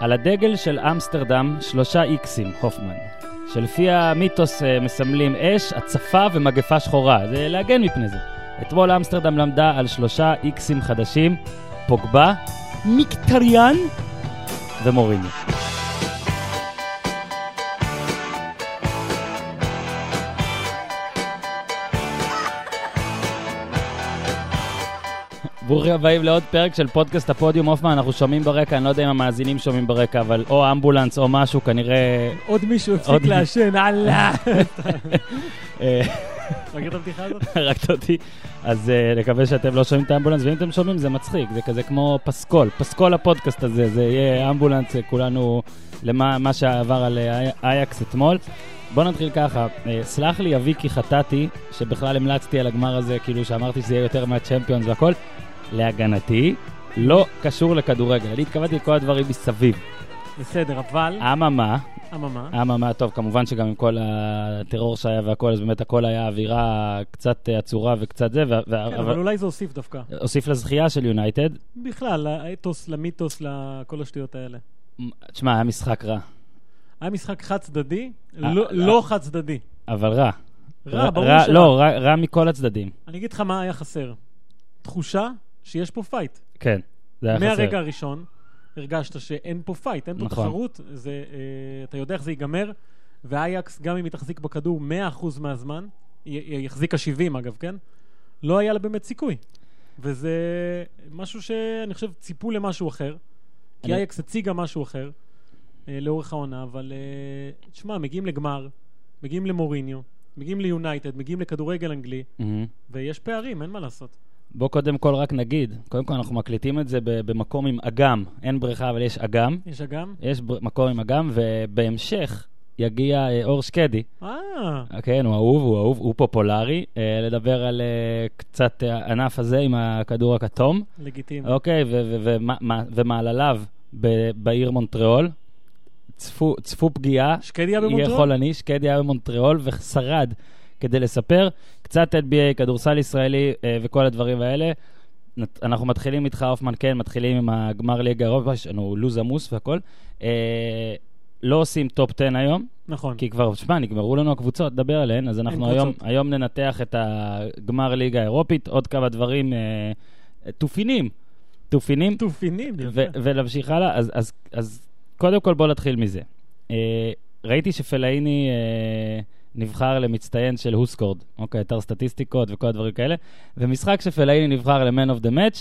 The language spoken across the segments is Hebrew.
על הדגל של אמסטרדם שלושה איקסים, הופמן, שלפי המיתוס אה, מסמלים אש, הצפה ומגפה שחורה, זה להגן מפני זה. אתמול אמסטרדם למדה על שלושה איקסים חדשים, פוגבה, מיקטריאן ומוריני. ברוכים הבאים לעוד פרק של פודקאסט הפודיום. הופמן, אנחנו שומעים ברקע, אני לא יודע אם המאזינים שומעים ברקע, אבל או אמבולנס או משהו, כנראה... עוד מישהו עוד הפסיק מישהו. לעשן, אללה. אה, מכיר את הבדיחה הזאת? הרגת אותי. אז אה, נקווה שאתם לא שומעים את האמבולנס, ואם אתם שומעים זה מצחיק, זה כזה כמו פסקול, פסקול הפודקאסט הזה, זה יהיה אמבולנס, אה, כולנו, למה מה שעבר על אה, אייקס אתמול. בוא נתחיל ככה, אה, סלח לי אבי כי חטאתי, שבכלל המלצתי על הגמר הזה, כאילו שאמרתי שזה יהיה יותר מהצ'מפיונס והכל, להגנתי, לא קשור לכדורגל, אני התכוונתי לכל הדברים מסביב. בסדר, אבל, אממה, אממה, אממה, טוב, כמובן שגם עם כל הטרור שהיה והכל, אז באמת הכל היה אווירה קצת אה, עצורה וקצת זה, וה- וה- כן, אבל לא- אבל אולי זה הוסיף דווקא. הוסיף לזכייה של יונייטד. בכלל, לאתוס, למיתוס, לכל השטויות האלה. מ- תשמע, היה משחק רע, היה משחק חד צדדי, אה, לא- אה. לא חד צדדי. אבל רע. רע, ברור רע- שרע. לא, רע- רע מכל הצדדים, אני אגיד לך מה היה חסר. תחושה שיש פה פייט. כן. זה היה מהרגע חסר. הראשון הרגשת שאין פה פייט, אין פה נכון. תחרות, זה, אה, אתה יודע איך זה ייגמר, ואייקס, גם אם היא תחזיק בכדור 100% מהזמן, היא- היא החזיקה 70 אגב, כן? לא היה לה באמת סיכוי. וזה משהו שאני חושב ציפו למשהו אחר, כי אני- אייקס הציגה משהו אחר אה, לאורך העונה, אבל אה, תשמע, מגיעים לגמר, מגיעים למוריניו, מגיעים ליונייטד, מגיעים לכדורגל אנגלי, מהרגע... ויש פערים, אין מה לעשות. בוא קודם כל רק נגיד, קודם כל אנחנו מקליטים את זה ב- במקום עם אגם, אין בריכה אבל יש אגם, יש אגם? יש בר- מקום עם אגם, ובהמשך יגיע אה, אור שקדי, אה, כן, הוא אהוב, הוא אהוב, הוא פופולרי. אה, לדבר על אה, קצת אה, ענף הזה עם הכדור הכתום, לגיטימי. אוקיי, ו- ו- ומה- מה- ומעלליו ב- בעיר מונטריאול. צפו צפו פגיעה, שקדי היה יהיה במונטריאול? חולני, שקדי היה במונטריאול ושרד כדי לספר. קצת NBA, כדורסל ישראלי אה, וכל הדברים האלה. נת- אנחנו מתחילים איתך, הופמן, כן, מתחילים עם הגמר ליגה אירופה, יש לנו לוז עמוס והכל. אה, לא עושים טופ 10 היום, נכון. כי כבר, שמע, נגמרו לנו הקבוצות, דבר עליהן, אז אנחנו קבוצות. היום, היום ננתח את הגמר ליגה האירופית, עוד כמה דברים, אה, תופינים, תופינים, תופינים, יפה. ו- ולהמשיך הלאה, אז, אז, אז קודם כל בוא נתחיל מזה. אה, ראיתי שפלאיני אה, נבחר למצטיין של הוסקורד, אוקיי, אתר סטטיסטיקות וכל הדברים כאלה, ומשחק שפלאיני נבחר ל-Man of the Match,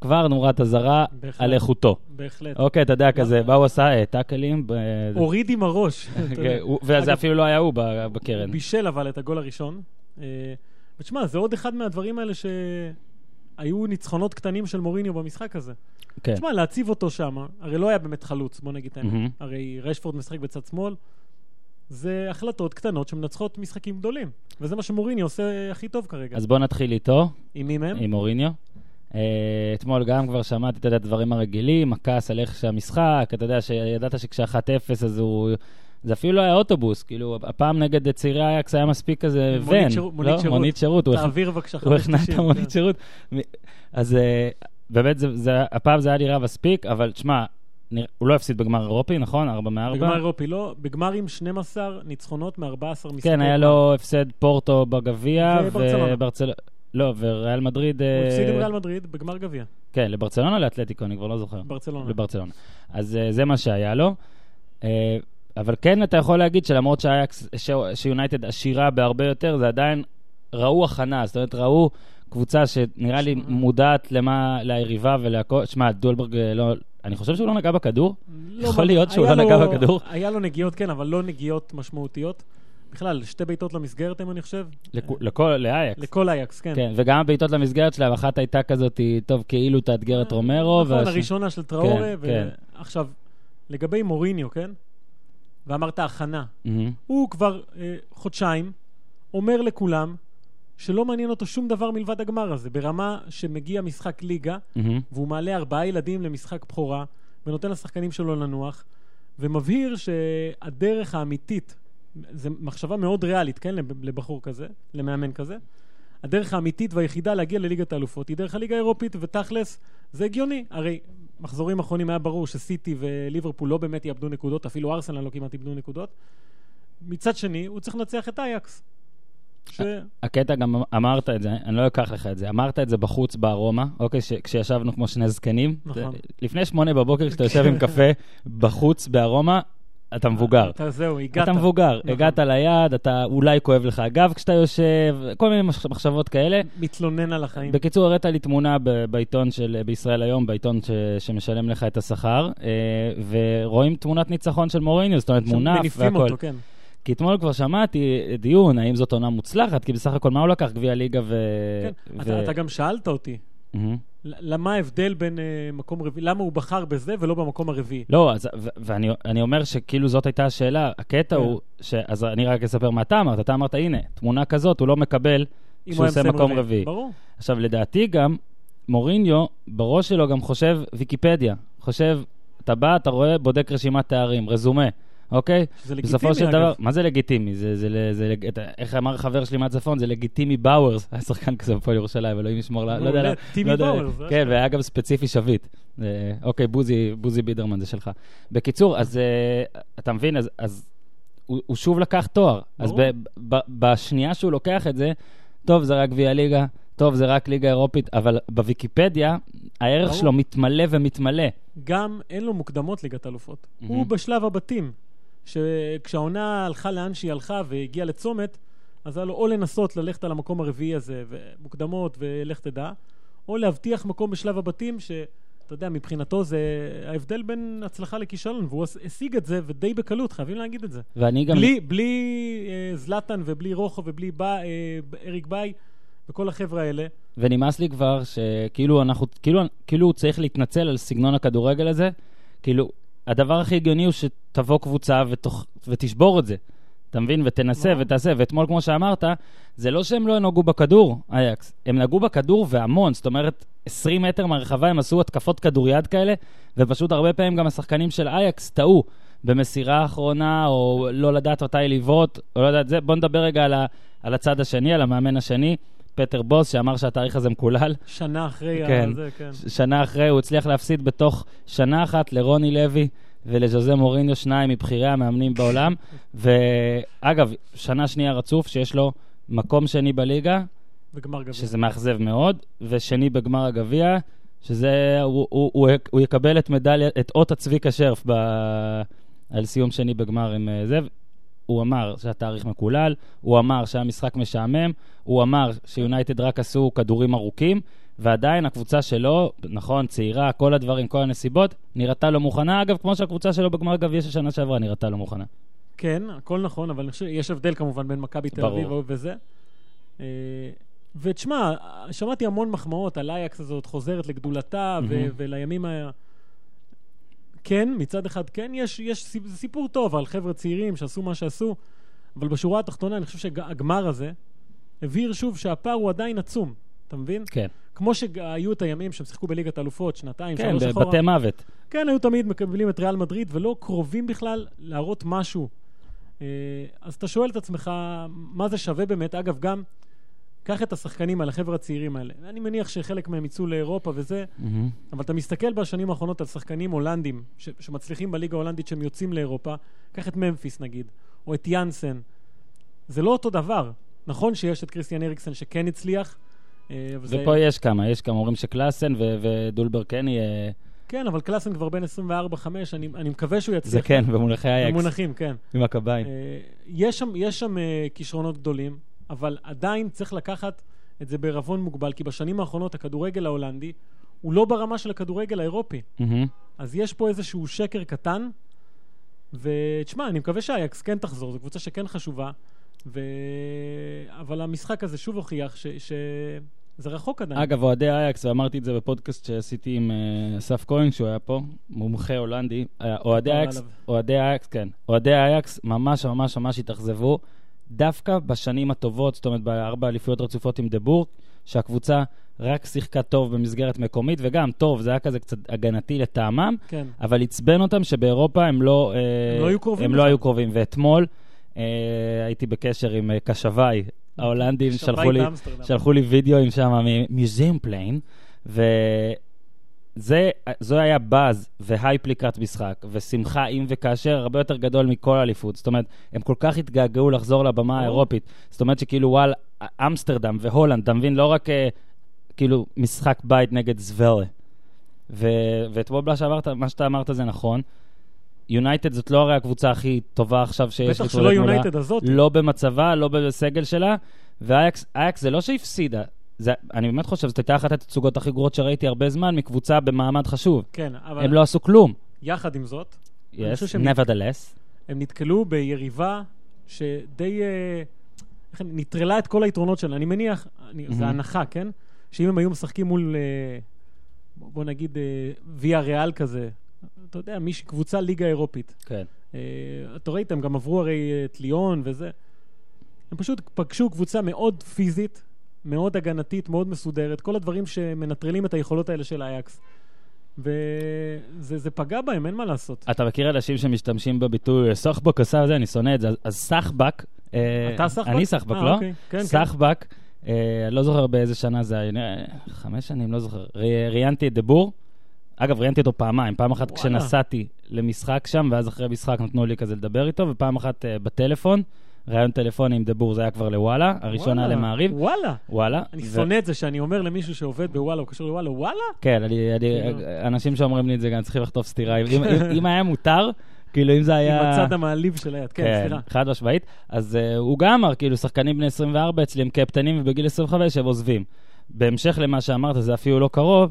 כבר נורת אזהרה בהחלט. על איכותו. בהחלט. אוקיי, אתה יודע, כזה, מה הוא עשה? אה, טאקלים? ב- הוריד עם הראש. אתה יודע. כן, הוא- וזה אגב, אפילו לא היה הוא ב- בקרן. בישל אבל את הגול הראשון. אה, ותשמע, זה עוד אחד מהדברים האלה שהיו ניצחונות קטנים של מוריניו במשחק הזה. כן. תשמע, להציב אותו שם, הרי לא היה באמת חלוץ, בוא נגיד את מהמם. האמת. הרי רשפורד משחק בצד שמאל. זה החלטות קטנות שמנצחות משחקים גדולים. וזה מה שמוריניו עושה הכי טוב כרגע. אז בואו נתחיל איתו, עם מי מהם? עם מוריניו. אה, אתמול גם כבר שמעתי את הדברים הרגילים, הכעס על איך שהמשחק, אתה יודע שידעת שכש-1-0 אז הוא... זה אפילו לא היה אוטובוס, כאילו, הפעם נגד צעירי אייקס היה מספיק כזה מונית ון. שירות- לא? מונית שירות. מונית שירות. הוא הכ- תעביר בבקשה הוא הכנע את 5.90, המונית כן. שירות. מ- אז אה, באמת, זה- זה- הפעם זה היה נראה מספיק, אבל תשמע, נראה- הוא לא הפסיד בגמר אירופי, נכון? 4 מ-4? בגמר אירופי לא, בגמר עם 12 ניצחונות מ-14 משחקים. כן, היה לו הפסד פורטו בגביע, וברצלונה. וברצלונה. לא, וריאל מדריד... הוא אה, הפסיד עם ריאל מדריד בגמר גביע, כן, לברצלונה או לאתלטיקו? אני כבר לא זוכר. ברצלונה. לברצלונה. אז אה, זה מה שהיה לו. אה, אבל כן, אתה יכול להגיד שלמרות שאייקס- ש- שיונייטד עשירה בהרבה יותר, זה עדיין ראו הכנה, זאת אומרת, ראו קבוצה שנראה לי שמע. מודעת למה, ליריבה ולהכל. שמע, דולברג אה, לא... אני חושב שהוא לא נגע בכדור. לא, יכול אבל להיות שהוא היה לא נגע לו- בכדור. היה לו נגיעות, כן, אבל לא נגיעות משמעותיות. בכלל, שתי בעיטות למסגרת, אם אני חושב. אה, לכו- לכל, לאייקס. לכל אייקס, כן. כן, וגם הבעיטות למסגרת שלהם, אחת הייתה כזאת, טוב, כאילו תאתגר את רומרו. נכון, והש- הראשונה של טראורה. כן, ו- כן. עכשיו, לגבי מוריניו, כן? ואמרת הכנה. מהמם. הוא כבר אה, חודשיים אומר לכולם שלא מעניין אותו שום דבר מלבד הגמר הזה. ברמה שמגיע משחק ליגה, מהמם. והוא מעלה ארבעה ילדים למשחק בכורה, ונותן לשחקנים שלו לנוח, ומבהיר שהדרך האמיתית, זו מחשבה מאוד ריאלית, כן, לב- לבחור כזה, למאמן כזה, הדרך האמיתית והיחידה להגיע לליגת האלופות היא דרך הליגה האירופית, ותכלס, זה הגיוני. הרי מחזורים אחרונים היה ברור שסיטי וליברפול לא באמת יאבדו נקודות, אפילו ארסנל לא כמעט איבדו נקודות. מצד שני, הוא צריך לנצח את אייקס. ש... הקטע גם אמרת את זה, אני לא אקח לך את זה, אמרת את זה בחוץ בארומה, אוקיי, ש- כשישבנו כמו שני זקנים. נכון. זה- לפני שמונה בבוקר, כשאתה יושב עם קפה בחוץ בארומה, אתה מבוגר. אה, אתה זהו, הגעת. אתה מבוגר, נכון. הגעת ליעד, אתה אולי כואב לך הגב כשאתה יושב, כל מיני מחש- מחשבות כאלה. מתלונן על החיים. בקיצור, הראת לי תמונה ב- בעיתון של, בישראל היום, בעיתון ש, שמשלם לך את השכר, אה, ורואים תמונת ניצחון של מוריניו, זאת אומרת, שם מונף מניפים והכל. אותו, כן. כי אתמול כבר שמעתי אה, דיון, האם זאת עונה מוצלחת, כי בסך הכל מה הוא לקח? גביע ליגה ו... כן. ו... אתה- אתה גם שאלת אותי, מהמם. ל- למה ההבדל בין אה, מקום רביעי, למה הוא בחר בזה ולא במקום הרביעי? לא, אז, ו- ואני אני אומר שכאילו זאת הייתה השאלה. הקטע כן. הוא, ש... אז אני רק אספר מה אתה אמרת. אתה אמרת, הנה, תמונה כזאת, הוא לא מקבל אם כשהוא היה עושה מסיים מקום רביעי. רביעי. ברור. עכשיו, לדעתי גם, מוריניו, בראש שלו גם חושב ויקיפדיה. חושב, אתה בא, אתה רואה, בודק רשימת תארים, רזומה, אוקיי? זה לגיטימי, בסופו של אגב. דבר, מה זה לגיטימי? זה, זה, זה, זה, לג- אתה- איך אמר חבר שלי מהצפון, זה לגיטימי באוורס, היה שחקן כזה בפועל ירושלים, אלוהים ישמור, לה- לא יודע מעולה, למה. טימי לא יודע- באוורס, זה כן, והיה גם ספציפי שביט. אה, אוקיי, בוזי, בוזי בידרמן זה שלך. בקיצור, אז אה, אתה מבין, אז, אז הוא, הוא שוב לקח תואר. אז ב, ברור. ב, בשנייה שהוא לוקח את זה, טוב, זה רק גביע ליגה, טוב, זה רק ליגה אירופית, אבל בוויקיפדיה, הערך ברור. שלו מתמלא ומתמלא. גם אין לו מוקדמות ליגת אלופות. Mhm. הוא בשלב הבתים, שכשהעונה הלכה לאן שהיא הלכה והגיעה לצומת, אז היה לו או לנסות ללכת על המקום הרביעי הזה, ומוקדמות ולך תדע, או להבטיח מקום בשלב הבתים, שאתה יודע, מבחינתו זה ההבדל בין הצלחה לכישלון, והוא הש- השיג את זה, ודי בקלות, חייבים להגיד את זה. ואני גם... בלי, בלי אה, זלאטן ובלי רוחו ובלי בא, אה, אריק ביי וכל החבר'ה האלה, ונמאס לי כבר שכאילו אנחנו, כאילו, כאילו הוא צריך להתנצל על סגנון הכדורגל הזה. כאילו, הדבר הכי הגיוני הוא שתבוא קבוצה ותוך, ותשבור את זה. אתה מבין? ותנסה נכון. ותעשה. ואתמול, כמו שאמרת, זה לא שהם לא נגעו בכדור, אייקס. הם נגעו בכדור והמון. זאת אומרת, 20 מטר מהרחבה הם עשו התקפות כדוריד כאלה, ופשוט הרבה פעמים גם השחקנים של אייקס טעו במסירה האחרונה, או לא לדעת מתי לבעוט, או לא יודעת זה. בוא נדבר רגע על, ה, על הצד השני, על המאמן השני, פטר בוס, שאמר שהתאריך הזה מקולל. שנה אחרי כן. הזה, כן. ש- שנה אחרי, הוא הצליח להפסיד בתוך שנה אחת לרוני לוי ולז'וזה מוריניו, שניים מבכירי המאמנים בעולם. ואגב, שנה שנייה רצוף שיש לו מקום שני בליגה, וגמר גביע. שזה מאכזב מאוד, ושני בגמר הגביע, שזה, הוא, הוא, הוא, יק- הוא יקבל את מדליה, את אות הצביקה שרף ב, על סיום שני בגמר עם אה, זה. הוא אמר שהתאריך מקולל, הוא אמר שהמשחק משעמם, הוא אמר שיונייטד רק עשו כדורים ארוכים, ועדיין הקבוצה שלו, נכון, צעירה, כל הדברים, כל הנסיבות, נראתה לא מוכנה. אגב, כמו שהקבוצה שלו בגמר גביע של שנה שעברה נראתה לא מוכנה. כן, הכל נכון, אבל אני חושב שיש הבדל כמובן בין מכבי תל ברור. אביב וזה. אה, ותשמע, שמעתי המון מחמאות על אייקס הזאת חוזרת לגדולתה ו- מהמם. ולימים ה... כן, מצד אחד כן, יש, יש סיפ- זה סיפור טוב על חבר'ה צעירים שעשו מה שעשו, אבל בשורה התחתונה אני חושב שהגמר הזה הבהיר שוב שהפער הוא עדיין עצום, אתה מבין? כן, כמו שהיו את הימים שהם שיחקו בליגת האלופות, שנתיים, כן, שלוש אחורה. בבתי מוות. כן, היו תמיד מקבלים את ריאל מדריד, ולא קרובים בכלל להראות משהו. אה, אז אתה שואל את עצמך, מה זה שווה באמת? אגב, גם, קח את השחקנים האלה, החבר'ה הצעירים האלה. אני מניח שחלק מהם יצאו לאירופה וזה, מהמם. אבל אתה מסתכל בשנים האחרונות על שחקנים הולנדים, ש- שמצליחים בליגה ההולנדית שהם יוצאים לאירופה, קח את ממפיס נגיד, או את יאנסן. זה לא אותו דבר. נכון שיש את קריסטיאן אריקסן שכן הצליח, אה, אבל זה- ופה יש כמה, יש כמה, אומרים שקלאסן ו- ודולבר כן יהיה... כן, אבל קלאסן כבר בן 24-5, אני אני מקווה שהוא יצליח. זה כן, במונחי אייקס, במונחים, כן. עם הקביים. אה, יש שם, יש שם אה, כישרונות גדולים, אבל עדיין צריך לקחת את זה בערבון מוגבל, כי בשנים האחרונות הכדורגל ההולנדי הוא לא ברמה של הכדורגל האירופי. מהמם. אז יש פה איזשהו שקר קטן, ותשמע, אני מקווה שהאייקס כן תחזור, זו קבוצה שכן חשובה, ו... אבל המשחק הזה שוב הוכיח ש... ש... זה רחוק עדיין. אגב, אוהדי אייקס, ואמרתי את זה בפודקאסט שעשיתי עם אה, אסף כהן, שהוא היה פה, מומחה הולנדי, אה, אוהדי כפרה אייקס, עליו. אוהדי אייקס, כן, אוהדי אייקס ממש ממש ממש התאכזבו, דווקא בשנים הטובות, זאת אומרת, בארבע אליפויות רצופות עם דה בורג, שהקבוצה רק שיחקה טוב במסגרת מקומית, וגם טוב, זה היה כזה קצת הגנתי לטעמם, כן. אבל עצבן אותם שבאירופה הם לא, אה, הם לא היו קרובים הם לא בכלל. היו קרובים. ואתמול אה, הייתי בקשר עם אה, קשביי, ההולנדים שווה שלחו לי, באמסטרדם. שלחו לי וידאוים שם ממיוזיאום פליין, וזה זה, זו היה באז והייפ לקראת משחק, ושמחה אם וכאשר הרבה יותר גדול מכל אליפות. זאת אומרת, הם כל כך התגעגעו לחזור לבמה האירופית. זאת אומרת שכאילו, וואל, אמסטרדם והולנד, אתה מבין? לא רק אה, כאילו משחק בית נגד זוורה. ו- ואתמול מה שאמרת, מה שאתה אמרת זה נכון. יונייטד זאת לא הרי הקבוצה הכי טובה עכשיו שיש בטח להתמודד שלא מולה. יונייטד הזאת. לא במצבה, לא בסגל שלה, ואייקס אייקס זה לא שהפסידה. זה, אני באמת חושב שזאת הייתה אחת התצוגות הכי גרועות שראיתי הרבה זמן מקבוצה במעמד חשוב. כן, אבל הם לא עשו כלום. יחד עם זאת, אני Yes, חושב שהם- nevertheless. הם נתקלו ביריבה שדי... אה, איך אני- נטרלה את כל היתרונות שלה. אני מניח, אני, מהמם. זה הנחה, כן? שאם הם היו משחקים מול, אה, בוא בוא נגיד, אה, ויה ריאל כזה, אתה יודע, מישהי, קבוצה ליגה אירופית. כן. אה, אתה ראית, הם גם עברו הרי אה, את ליאון וזה. הם פשוט פגשו קבוצה מאוד פיזית, מאוד הגנתית, מאוד מסודרת, כל הדברים שמנטרלים את היכולות האלה של אייקס. וזה זה פגע בהם, אין מה לעשות. אתה מכיר אנשים שמשתמשים בביטוי סחבק עשה זה, אני שונא את זה. אז- אז סחבק... אה, אתה סחבק? אני סחבק, אה, לא? אוקיי. כן, כן. סחבק, אה, לא זוכר באיזה שנה זה היה, נראה, חמש שנים, לא זוכר. ר- ראיינתי את דבור. אגב, ראיינתי אותו פעמיים. פעם אחת וואלה. כשנסעתי למשחק שם, ואז אחרי משחק נתנו לי כזה לדבר איתו, ופעם אחת אה, בטלפון, ראיון טלפוני עם דבור, זה היה כבר לוואלה, הראשון היה וואלה, למעריב. וואלה. וואלה. אני ו- שונא את זה שאני אומר למישהו שעובד בוואלה, הוא קשור לוואלה, וואלה? כן, אני, אני, כאילו- אנשים שאומרים לי את זה גם צריכים לחטוף סטירה. אם, אם, אם היה מותר, כאילו אם זה היה... עם הצד המעליב של היד. כן, סליחה. חד משמעית. אז uh, הוא גם אמר, כאילו, שחקנים בני 24 אצלי הם קפטנים, ובגיל 25 הם עוזבים. בהמשך למה שאמרת, זה אפילו לא קרוב,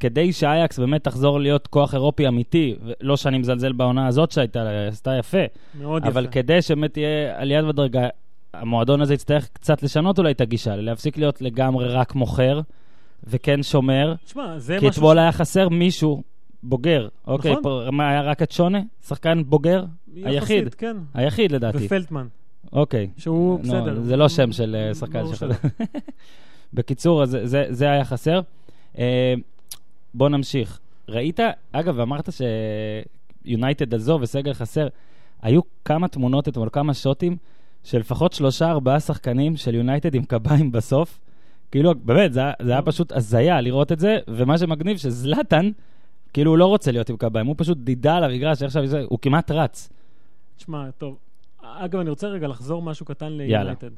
כדי שאייקס באמת תחזור להיות כוח אירופי אמיתי, לא שאני מזלזל בעונה הזאת שהייתה, לה, עשתה יפה, מאוד יפה. אבל כדי שבאמת תהיה עליית בדרגה, המועדון הזה יצטרך קצת לשנות אולי את הגישה, להפסיק להיות לגמרי רק מוכר, וכן שומר. תשמע, זה כי משהו... אתמול היה חסר מישהו בוגר. אוקיי, נכון. פה- מה היה רק את שונה? שחקן בוגר? ש- היחיד. יחסית, כן. היחיד לדעתי. ופלטמן, אוקיי. שהוא נו, בסדר. זה לא שם של אה, שחקן ברור שלך. שלא. בקיצור, אז זה- זה- זה היה חסר. אה, בוא נמשיך. ראית, אגב, אמרת שיונייטד הזו וסגל חסר. היו כמה תמונות אתמול, כמה שוטים, של לפחות שלושה, ארבעה שחקנים של יונייטד עם קביים בסוף. כאילו, באמת, זה, היה- זה Mm. היה פשוט הזיה לראות את זה, ומה שמגניב שזלאטן, כאילו, הוא לא רוצה להיות עם קביים, הוא פשוט דידה על המגרש, איך שזה, הוא כמעט רץ. תשמע, טוב. אגב, אני רוצה רגע לחזור משהו קטן יאללה. ליונייטד.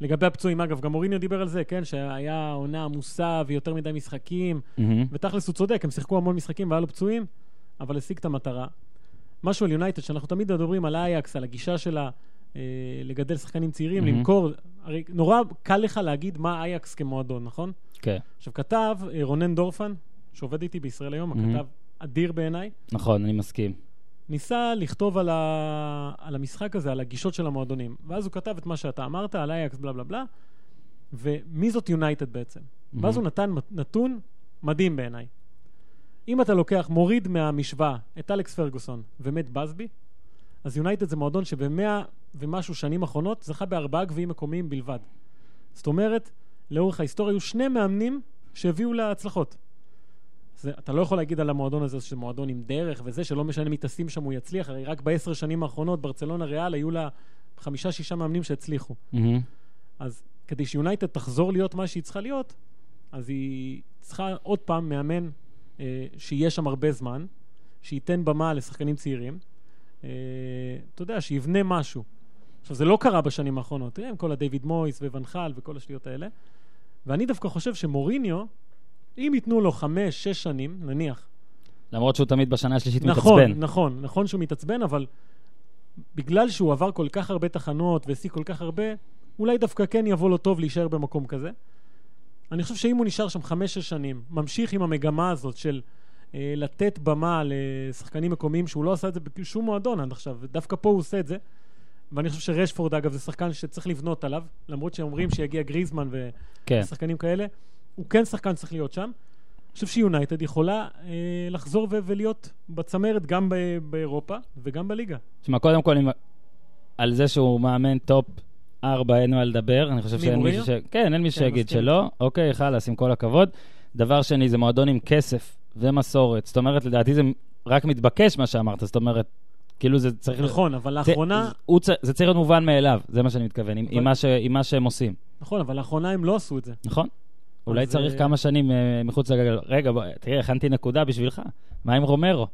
לגבי הפצועים, אגב, גם אוריניו דיבר על זה, כן? שהיה עונה עמוסה ויותר מדי משחקים, ותכלס הוא צודק, הם שיחקו המון משחקים והיה לו פצועים, אבל השיג את המטרה. משהו על יונייטד, שאנחנו תמיד מדברים על אייקס, על הגישה שלה אה, לגדל שחקנים צעירים, מהמם. למכור, הרי נורא קל לך להגיד מה אייקס כמועדון, נכון? כן, עכשיו, כתב אה, רונן דורפן, שעובד איתי בישראל היום, מהמם. הכתב אדיר בעיניי, נכון, אני מסכים. ניסה לכתוב על, ה... על המשחק הזה, על הגישות של המועדונים. ואז הוא כתב את מה שאתה אמרת, על אייקס בלה בלה בלה, ומי זאת יונייטד בעצם. ואז הוא נתן מת- נתון מדהים בעיניי. אם אתה לוקח, מוריד מהמשוואה את אלכס פרגוסון ומת בסבי, אז יונייטד זה מועדון שבמאה ומשהו שנים אחרונות זכה בארבעה גביעים מקומיים בלבד. זאת אומרת, לאורך ההיסטוריה היו שני מאמנים שהביאו להצלחות. זה, אתה לא יכול להגיד על המועדון הזה שזה מועדון עם דרך וזה, שלא משנה מי טסים שם הוא יצליח, הרי רק בעשר שנים האחרונות ברצלונה ריאל היו לה חמישה-שישה מאמנים שהצליחו. מהמם. אז כדי שיונייטד תחזור להיות מה שהיא צריכה להיות, אז היא צריכה עוד פעם מאמן אה, שיהיה שם הרבה זמן, שייתן במה לשחקנים צעירים, אה, אתה יודע, שיבנה משהו. עכשיו, זה לא קרה בשנים האחרונות, תראה, עם כל הדייוויד מויס וונחל וכל השטויות האלה, ואני דווקא חושב שמוריניו, אם ייתנו לו חמש, שש שנים, נניח, למרות שהוא תמיד בשנה השלישית נכון, מתעצבן. נכון, נכון שהוא מתעצבן, אבל בגלל שהוא עבר כל כך הרבה תחנות והשיג כל כך הרבה, אולי דווקא כן יבוא לו טוב להישאר במקום כזה. אני חושב שאם הוא נשאר שם חמש-שש שנים, ממשיך עם המגמה הזאת של אה, לתת במה לשחקנים מקומיים, שהוא לא עשה את זה בשום מועדון עד עכשיו, ודווקא פה הוא עושה את זה. ואני חושב שרשפורד, אגב, זה שחקן שצריך לבנות עליו, למרות שאומרים שיגיע גריזמן ו... כן. שחקנים כאלה. הוא כן שחקן שצריך להיות שם. אני חושב שיונייטד יכולה אה, לחזור ו- ולהיות בצמרת גם ב- באירופה וגם בליגה. תשמע, קודם כל, אם- על זה שהוא מאמן טופ 4, אין מה לדבר. אני חושב מי, שאין מישהו ש... מוריניו? כן, אין מישהו כן, שיגיד מסכים. שלא. אוקיי, חלאס, עם כל הכבוד. דבר שני, זה מועדון עם כסף ומסורת. זאת אומרת, לדעתי זה רק מתבקש מה שאמרת. זאת אומרת, כאילו זה צריך... נכון, אבל זה- לאחרונה, זה- הוא צ- זה צריך להיות מובן מאליו, זה מה שאני מתכוון, עם- אבל- עם מה ש- עם מה שהם עושים, נכון, אבל לאחרונה הם לא עשו את זה. נכון? אולי אז, צריך אה, כמה שנים אה, מחוץ לגלגל. רגע, בוא, תראה, הכנתי נקודה בשבילך. מה עם רומרו?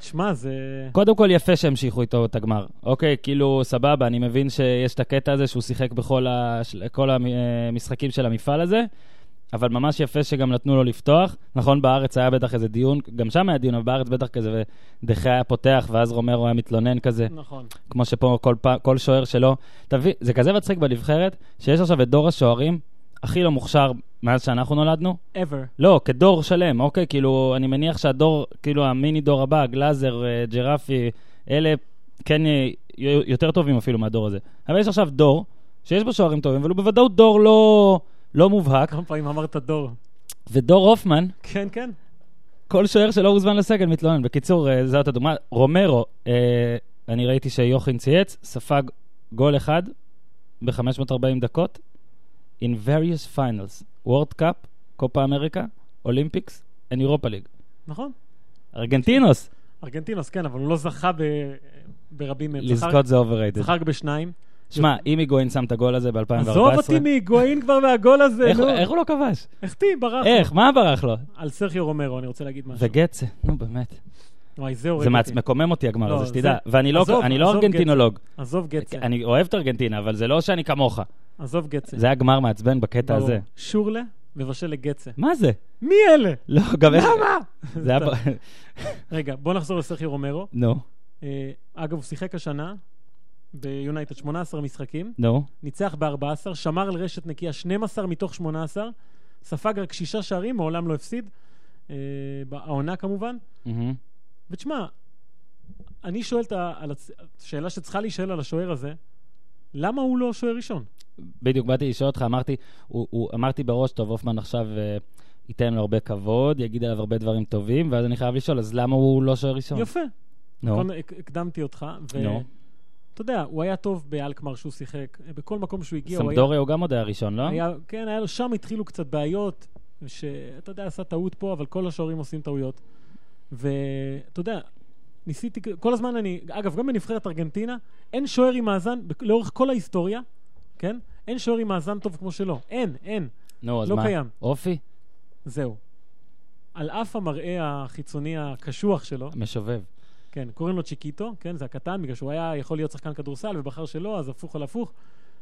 שמע, זה... קודם כל, יפה שהמשיכו איתו את הגמר. אוקיי, כאילו, סבבה, אני מבין שיש את הקטע הזה שהוא שיחק בכל ה- של- כל המשחקים של המפעל הזה, אבל ממש יפה שגם נתנו לו לפתוח. נכון, בארץ היה בטח איזה דיון, גם שם היה דיון, אבל בארץ בטח כזה, ודחה היה פותח, ואז רומרו היה מתלונן כזה. נכון. כמו שפה כל, פעם, כל שוער שלו. תביא, זה כזה מצחיק בנבחרת, שיש עכשיו את דור השוערים הכי לא מוכשר מאז שאנחנו נולדנו. ever. לא, כדור שלם, אוקיי? כאילו, אני מניח שהדור, כאילו, המיני דור הבא, גלאזר, אה, ג'רפי, אלה כן אה, יהיו יותר טובים אפילו מהדור הזה. אבל יש עכשיו דור שיש בו שוערים טובים, אבל הוא בוודאות דור לא, לא מובהק. כמה פעמים אמרת דור. ודור הופמן, כן, כן. כל שוער שלא הוזמן לסגל מתלונן. בקיצור, אה, זאת הדוגמה. רומרו, אה, אני ראיתי שיוכין צייץ, ספג גול אחד ב-540 דקות, in various finals, World Cup, קופה אמריקה, אולימפיקס, and Europa League. נכון. ארגנטינוס, ארגנטינוס, כן, אבל הוא לא זכה ב... ברבים מהם. לזכות זה כן, overrated. זכה רק בשניים. שמע, אם היגואין שם את הגול הזה ב-2014, עזוב אותי מהיגואין כבר מהגול הזה, איך- נו. איך הוא לא כבש? איך תי, ברח. איך? מה ברח לו? על סרחיו רומרו, אני רוצה להגיד משהו. וגצה, נו באמת. וואי, זה הורג זה אותי. מעצ- מקומם אותי הגמר לא, הזה, זה- שתדע. ואני לא- עזוב, אני לא עזוב, ארגנטינולוג. עזוב גצה. אני אוהב את ארגנטינה, אבל זה לא שאני כמוך. עזוב גצה. זה היה גמר מעצבן בקטע כן. ברור. הזה. שורלה ובשל לגצה. מה זה? מי אלה? לא, גם איך... למה? זה היה... סתם. ב- רגע, בוא נחזור לסרחיו רומרו. נו, אה, אגב, הוא שיחק השנה ביונייטד 18 משחקים, נו. ניצח ב-14, שמר על רשת נקייה 12 מתוך 18, ספג רק שישה שערים, מעולם לא הפסיד, אה, העונה כמובן. מהמם. ותשמע, אני שואל את ה- על הצ- השאלה שצריכה להישאל על השוער הזה, למה הוא לא שוער ראשון? בדיוק, באתי לשאול אותך, אמרתי, הוא- הוא- אמרתי בראש, טוב, הופמן עכשיו אה, ייתן לו הרבה כבוד, יגיד עליו הרבה דברים טובים, ואז אני חייב לשאול, אז למה הוא לא שוער ראשון? יפה, נו, קודם הק- הקדמתי אותך, נו. ואתה יודע, הוא היה טוב באלקמר שהוא שיחק, בכל מקום שהוא הגיע, הוא היה... סמדורי הוא גם עוד היה ראשון, לא? היה, כן, היה לו, שם התחילו קצת בעיות, שאתה יודע, עשה טעות פה, אבל כל השוערים עושים טעויות. ואתה יודע, ניסיתי, כל הזמן אני, אגב, גם בנבחרת ארגנטינה, אין שוער עם מאזן, בכ- לאורך כל ההיסטוריה, כן? אין שוער עם מאזן טוב כמו שלו. אין, אין. נו, אז לא מה? קיים. אופי? זהו. על אף המראה החיצוני הקשוח שלו, משובב. כן, קוראים לו צ'יקיטו, כן, זה הקטן, בגלל שהוא היה יכול להיות שחקן כדורסל ובחר שלא, אז הפוך על הפוך.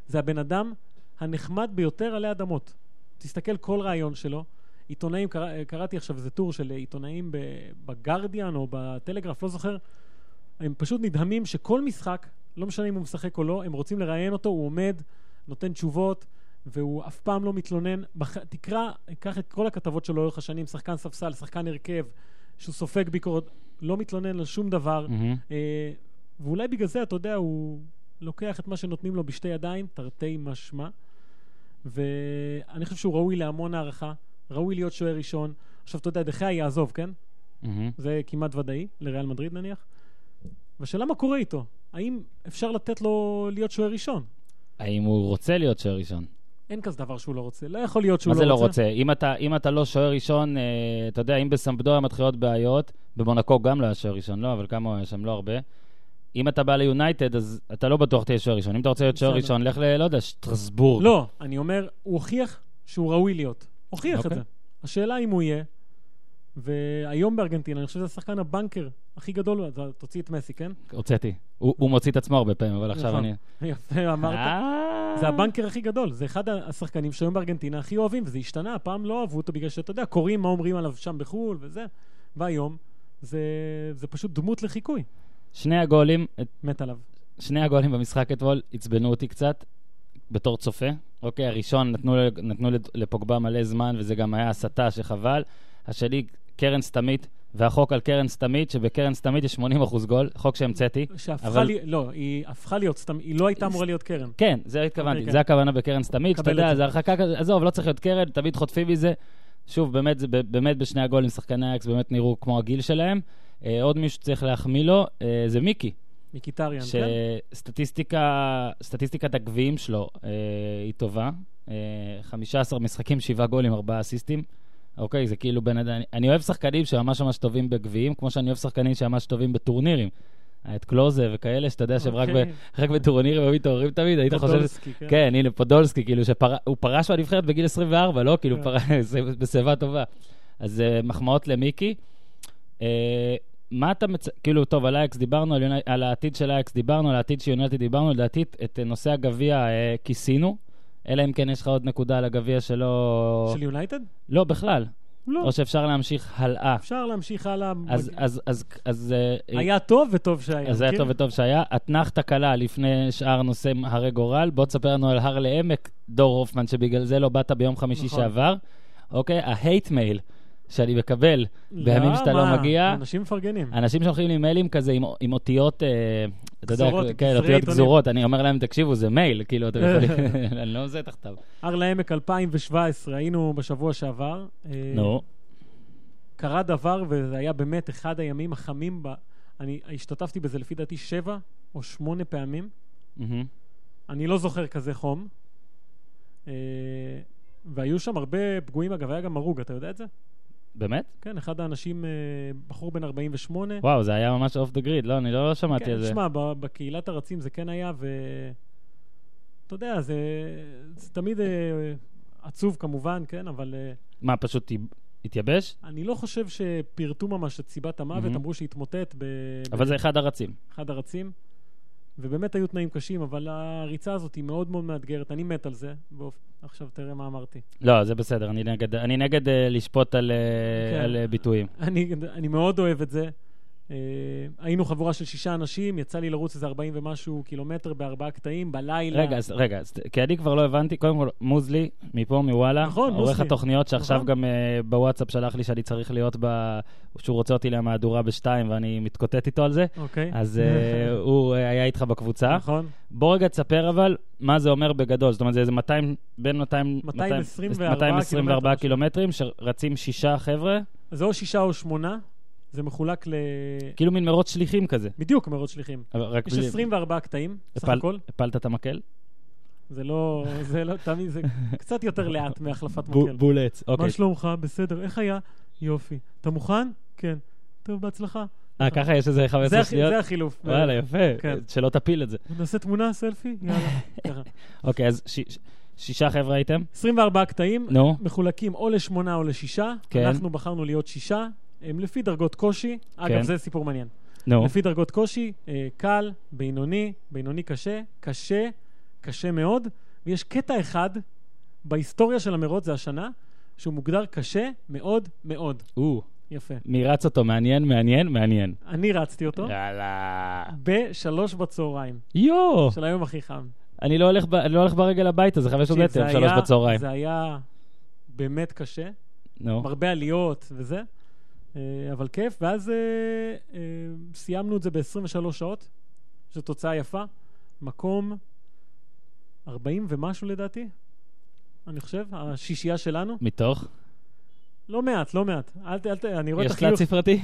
זה הבן אדם הנחמד ביותר עלי אדמות. תסתכל כל רעיון שלו. עיתונאים, קרא, קראתי עכשיו איזה טור של עיתונאים ב- בגרדיאן או בטלגרף, לא זוכר. הם פשוט נדהמים שכל משחק, לא משנה אם הוא משחק או לא, הם רוצים לראיין אותו, הוא עומד, נותן תשובות, והוא אף פעם לא מתלונן. בח... תקרא, קח את כל הכתבות שלו לאורך השנים, שחקן ספסל, שחקן הרכב, שהוא סופג ביקורת, לא מתלונן על שום דבר. מהמם. אה, ואולי בגלל זה, אתה יודע, הוא לוקח את מה שנותנים לו בשתי ידיים, תרתי משמע. ואני חושב שהוא ראוי להמון הערכה, ראוי להיות שוער ראשון. עכשיו, אתה יודע, דחיה יעזוב, כן? מהמם. זה כמעט ודאי, לריאל מדריד נניח. והשאלה מה קורה איתו? האם אפשר לתת לו להיות שוער ראשון? האם הוא רוצה להיות שוער ראשון? אין כזה דבר שהוא לא רוצה. לא יכול להיות שהוא מה לא זה רוצה. לא רוצה? אם אתה- אם אתה לא שוער ראשון, אה, אתה יודע, אם בסמבדוריה מתחילות בעיות, במונקו גם לא היה שוער ראשון, לא, אבל כמה הוא היה שם? לא הרבה. אם אתה בא ליונייטד, אז אתה לא בטוח תהיה שוער ראשון. אם אתה רוצה להיות שוער בסדר. ראשון, לך ל... לא יודע, שטרסבורג. לא, אני אומר, הוא הוכיח שהוא ראוי להיות. הוכיח okay. את אוקיי. זה. השאלה אם הוא יהיה, והיום בארגנטינה, אני חושב שזה השחקן הבנקר הכי גדול, אז תוציא את מסי, כן? הוצאתי. הוא הוא מוציא את עצמו הרבה פעמים, אבל עכשיו נכון. אני... יפה, אמרת. אה. זה הבנקר הכי גדול, זה אחד השחקנים שהיום בארגנטינה הכי אוהבים, וזה השתנה, הפעם לא אהבו אותו בגלל שאתה יודע, קוראים מה אומרים עליו שם בחו"ל וזה, והיום זה, זה פשוט דמות לחיקוי, שני הגולים, מת עליו. שני הגולים במשחק אתמול עצבנו אותי קצת, בתור צופה. אוקיי, הראשון נתנו, ל- נתנו לד- לפוגבה מלא זמן, וזה גם היה הסתה שחבל. השני, קרן סתמית, והחוק על קרן סתמית, שבקרן סתמית יש 80% גול, חוק שהמצאתי. שהפכה אבל- לי, לא, היא הפכה להיות סתם, היא לא הייתה אמורה להיות קרן. כן, זה התכוונתי, אוקיי, זה כן. הכוונה בקרן סתמית, שאתה קבל את יודע, זה. זה הרחקה כזה, עזוב, לא צריך להיות קרן, תמיד חוטפים מזה. שוב, באמת, זה, ב- באמת בשני הגולים שחקני אייקס באמת נראו כמו הגיל שלהם. אה, עוד מישהו שצריך להחמיא לו, אה, זה מיקי. מקיטריאן, כן? שסטטיסטיקה, סטטיסטיקת הגביעים שלו אה, היא טובה. אה, 15 משחקים, 7 גולים, 4 אסיסטים. אוקיי, זה כאילו בן אדם... אני אוהב שחקנים שממש ממש טובים בגביעים, כמו שאני אוהב שחקנים שממש טובים בטורנירים. היה את קלוזה וכאלה, שאתה יודע שהם רק ב- אוקיי. רק בטורנירים היו מתעוררים תמיד, היית חושב... פודולסקי, כן. כן, הנה פודולסקי, כאילו, שהוא פרש מהנבחרת בגיל 24, לא? כאילו, כן. פרש- זה בשיבה טובה. אז אה, מחמאות למיקי. אה, מה אתה מצ... כאילו, טוב, על אייקס דיברנו, על, יוני... על העתיד של אייקס דיברנו, על העתיד של יונייטד דיברנו, לדעתי את אה, נושא הגביע אה, כיסינו, אלא אם כן יש לך עוד נקודה על הגביע שלא... של יונייטד? לא, בכלל. לא. או שאפשר להמשיך הלאה. אפשר להמשיך הלאה. אז, אז, אז, אז, אה, היה טוב וטוב שהיה. כן? אז זה היה מכיר? טוב וטוב שהיה. אתנחתא קלה לפני שאר נושא הרי גורל. בוא תספר לנו על הר לעמק, דור הופמן, שבגלל זה לא באת ביום חמישי נכון. שעבר. אוקיי, ההייט מייל שאני מקבל בימים שאתה לא למה? מגיע. אנשים מפרגנים. אנשים שולחים לי מיילים כזה עם, עם אותיות, אה, אתה יודע, גזורות, כן, גזרי אותיות עיתונים. גזורות. אני אומר להם, תקשיבו, זה מייל, כאילו, אתם יכולים, אני לא מזהה תחתיו. הר לעמק 2017, היינו בשבוע שעבר. אה, נו, קרה דבר, וזה היה באמת אחד הימים החמים ב... אני השתתפתי בזה לפי דעתי שבע או שמונה פעמים. מהמם. אני לא זוכר כזה חום. אה, והיו שם הרבה פגועים, אגב, היה גם הרוג, אתה יודע את זה? באמת? כן, אחד האנשים, אה, בחור בן 48. וואו, זה היה ממש אוף דה גריד, לא, אני לא שמעתי כן, על זה. תשמע, ב- בקהילת הרצים זה כן היה, ו... אתה יודע, זה, זה תמיד אה, עצוב כמובן, כן, אבל אה, מה, פשוט התייבש? אני לא חושב שפירטו ממש את סיבת המוות, מהמם. אמרו שהתמוטט ב... אבל זה אחד הרצים. באחד הרצים, ובאמת היו תנאים קשים, אבל הריצה הזאת היא מאוד מאוד מאתגרת, אני מת על זה. באופ... עכשיו תראה מה אמרתי. לא, זה בסדר, אני נגד, אני נגד uh, לשפוט על, uh, כן. על uh, ביטויים. אני, אני מאוד אוהב את זה. אה, היינו חבורה של שישה אנשים, יצא לי לרוץ איזה 40 ומשהו קילומטר בארבעה קטעים, בלילה. רגע, אז, רגע, אז, כי אני כבר לא הבנתי, קודם כל, מוזלי, מפה, מוואלה, נכון, עורך מוזלי. התוכניות שעכשיו נכון. גם uh, בוואטסאפ שלח לי שאני צריך להיות ב... שהוא רוצה אותי למהדורה בשתיים ואני מתקוטט איתו על זה, אוקיי. אז uh, הוא uh, היה איתך בקבוצה. נכון. בוא רגע תספר אבל מה זה אומר בגדול, זאת אומרת זה איזה 200, בין 200, 224 224 קילומטר. קילומטרים שרצים שישה חבר'ה, זה או שישה או שמונה, זה מחולק ל... כאילו מין מרוץ שליחים כזה. בדיוק מרוץ שליחים. אבל רק יש בלי- 24 קטעים, סך הפל- הכל. הפלת את המקל? זה לא... זה לא... תמיד זה קצת יותר לאט מהחלפת בו- מקל. בול עץ, אוקיי. מה שלומך? בסדר. איך היה? יופי. אתה מוכן? כן. טוב, בהצלחה. אה, ככה יש איזה זה 15 הח- שניות? זה החילוף. וואלה, יפה. כן. שלא תפיל את זה. נעשה תמונה, סלפי? יאללה. ככה. אוקיי, אז ש- ש- שישה חבר'ה הייתם? 24 קטעים, נו. מחולקים או לשמונה או לשישה. כן. אנחנו בחרנו להיות שישה. הם לפי דרגות קושי. כן. אגב, זה סיפור מעניין. נו. לפי דרגות קושי, אה, קל, בינוני, בינוני קשה, קשה, קשה מאוד, ויש קטע אחד בהיסטוריה של המרוץ, זה השנה, שהוא מוגדר קשה מאוד מאוד. או, יפה. מי רץ אותו? מעניין, מעניין, מעניין. אני רצתי אותו יאללה. בשלוש בצהריים, יואו, של היום הכי חם. אני לא הולך ב- אני לא הולך ברגל הביתה, זה 500 תקשיב, זה מטר, שלוש היה- בצהריים. זה היה באמת קשה, נו. הרבה עליות וזה, אה, אבל כיף. ואז אה, אה, סיימנו את זה ב-23 שעות, זו תוצאה יפה. מקום 40 ומשהו לדעתי, אני חושב, השישייה שלנו. מתוך? לא מעט, לא מעט. אל ת... אל ת... אני רואה את יש תלת החיוך. ספרתי?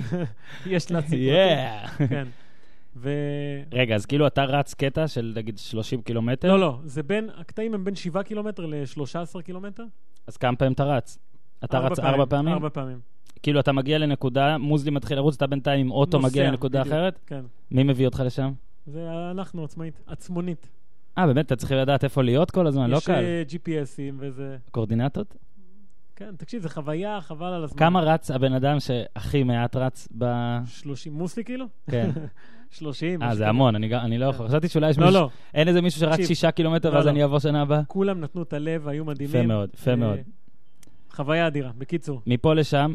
יש תלת יאה. כן. ו... רגע, אז כאילו אתה רץ קטע של נגיד 30 קילומטר? לא, לא, זה בין, הקטעים הם בין 7 קילומטר ל-13 קילומטר. אז כמה פעמים אתה רץ? אתה רץ פעמים, ארבע פעמים? ארבע פעמים. כאילו אתה מגיע לנקודה, מוזלי מתחיל לרוץ, אתה בינתיים עם אוטו נוסע, מגיע לנקודה בדיוק, אחרת? כן. מי מביא אותך לשם? זה אנחנו עצמאית, עצמונית. אה, באמת? אתה צריך לדעת איפה להיות כל הזמן? לא קל. יש אה, GPSים וזה... קורדינטות? כן, תקשיב, זה חוויה, חבל על הזמן. כמה רץ הבן אדם שהכי מעט רץ ב... 30 מוסלי כאילו? כן. 30. אה, זה משהו כזה. המון, אני גם- אני לא יכול. חשבתי שאולי יש לא, מישהו... לא. אין איזה מישהו שרץ תקשיב. שישה קילומטר לא, ואז לא. אני אבוא שנה הבאה? כולם נתנו את הלב, היו מדהימים. יפה מאוד, יפה אה, מאוד. חוויה אדירה, בקיצור. מפה לשם,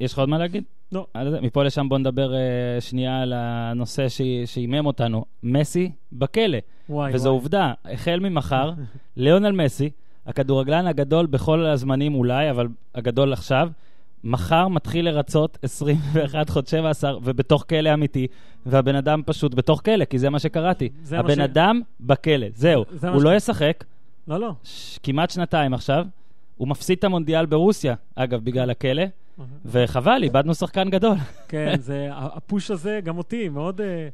יש לך עוד מה להגיד? לא. על זה? מפה לשם בוא נדבר אה, שנייה על הנושא ש- שהימם אותנו. מסי בכלא, וואי, וזו וואי. עובדה. החל ממחר, ליאונל מסי, הכדורגלן הגדול בכל הזמנים אולי, אבל הגדול עכשיו, מחר מתחיל לרצות 21 חוד 17 ובתוך כלא אמיתי, והבן אדם פשוט בתוך כלא, כי זה מה שקראתי. זה מה הבן ש- אדם בכלא, זהו. זה מה הוא ש- לא ישחק לא, לא. ש- כמעט שנתיים עכשיו. הוא מפסיד את המונדיאל ברוסיה, אגב, בגלל הכלא, וחבל, איבדנו שחקן גדול. כן, זה, הפוש הזה, גם אותי, מאוד... אה,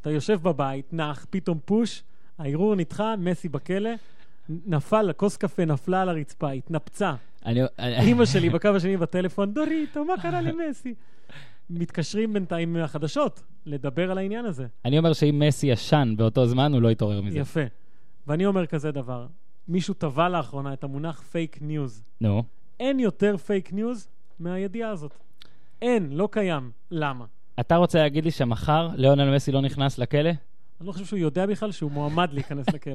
אתה יושב בבית, נח, פתאום פוש, הערעור נדחה, מסי בכלא, נפל, כוס קפה נפלה על הרצפה, התנפצה. אני... אימא שלי בקו השני בטלפון, דורית, מה קרה למסי? מתקשרים בינתיים מהחדשות לדבר על העניין הזה. אני אומר שאם מסי ישן באותו זמן, הוא לא יתעורר מזה. יפה. ואני אומר כזה דבר, מישהו טבע לאחרונה את המונח פייק ניוז. נו. אין יותר פייק ניוז מהידיעה הזאת. אין, לא קיים. למה? אתה רוצה להגיד לי שמחר ליאונל מסי לא נכנס לכלא? אני לא חושב שהוא יודע בכלל שהוא מועמד להיכנס לכלא.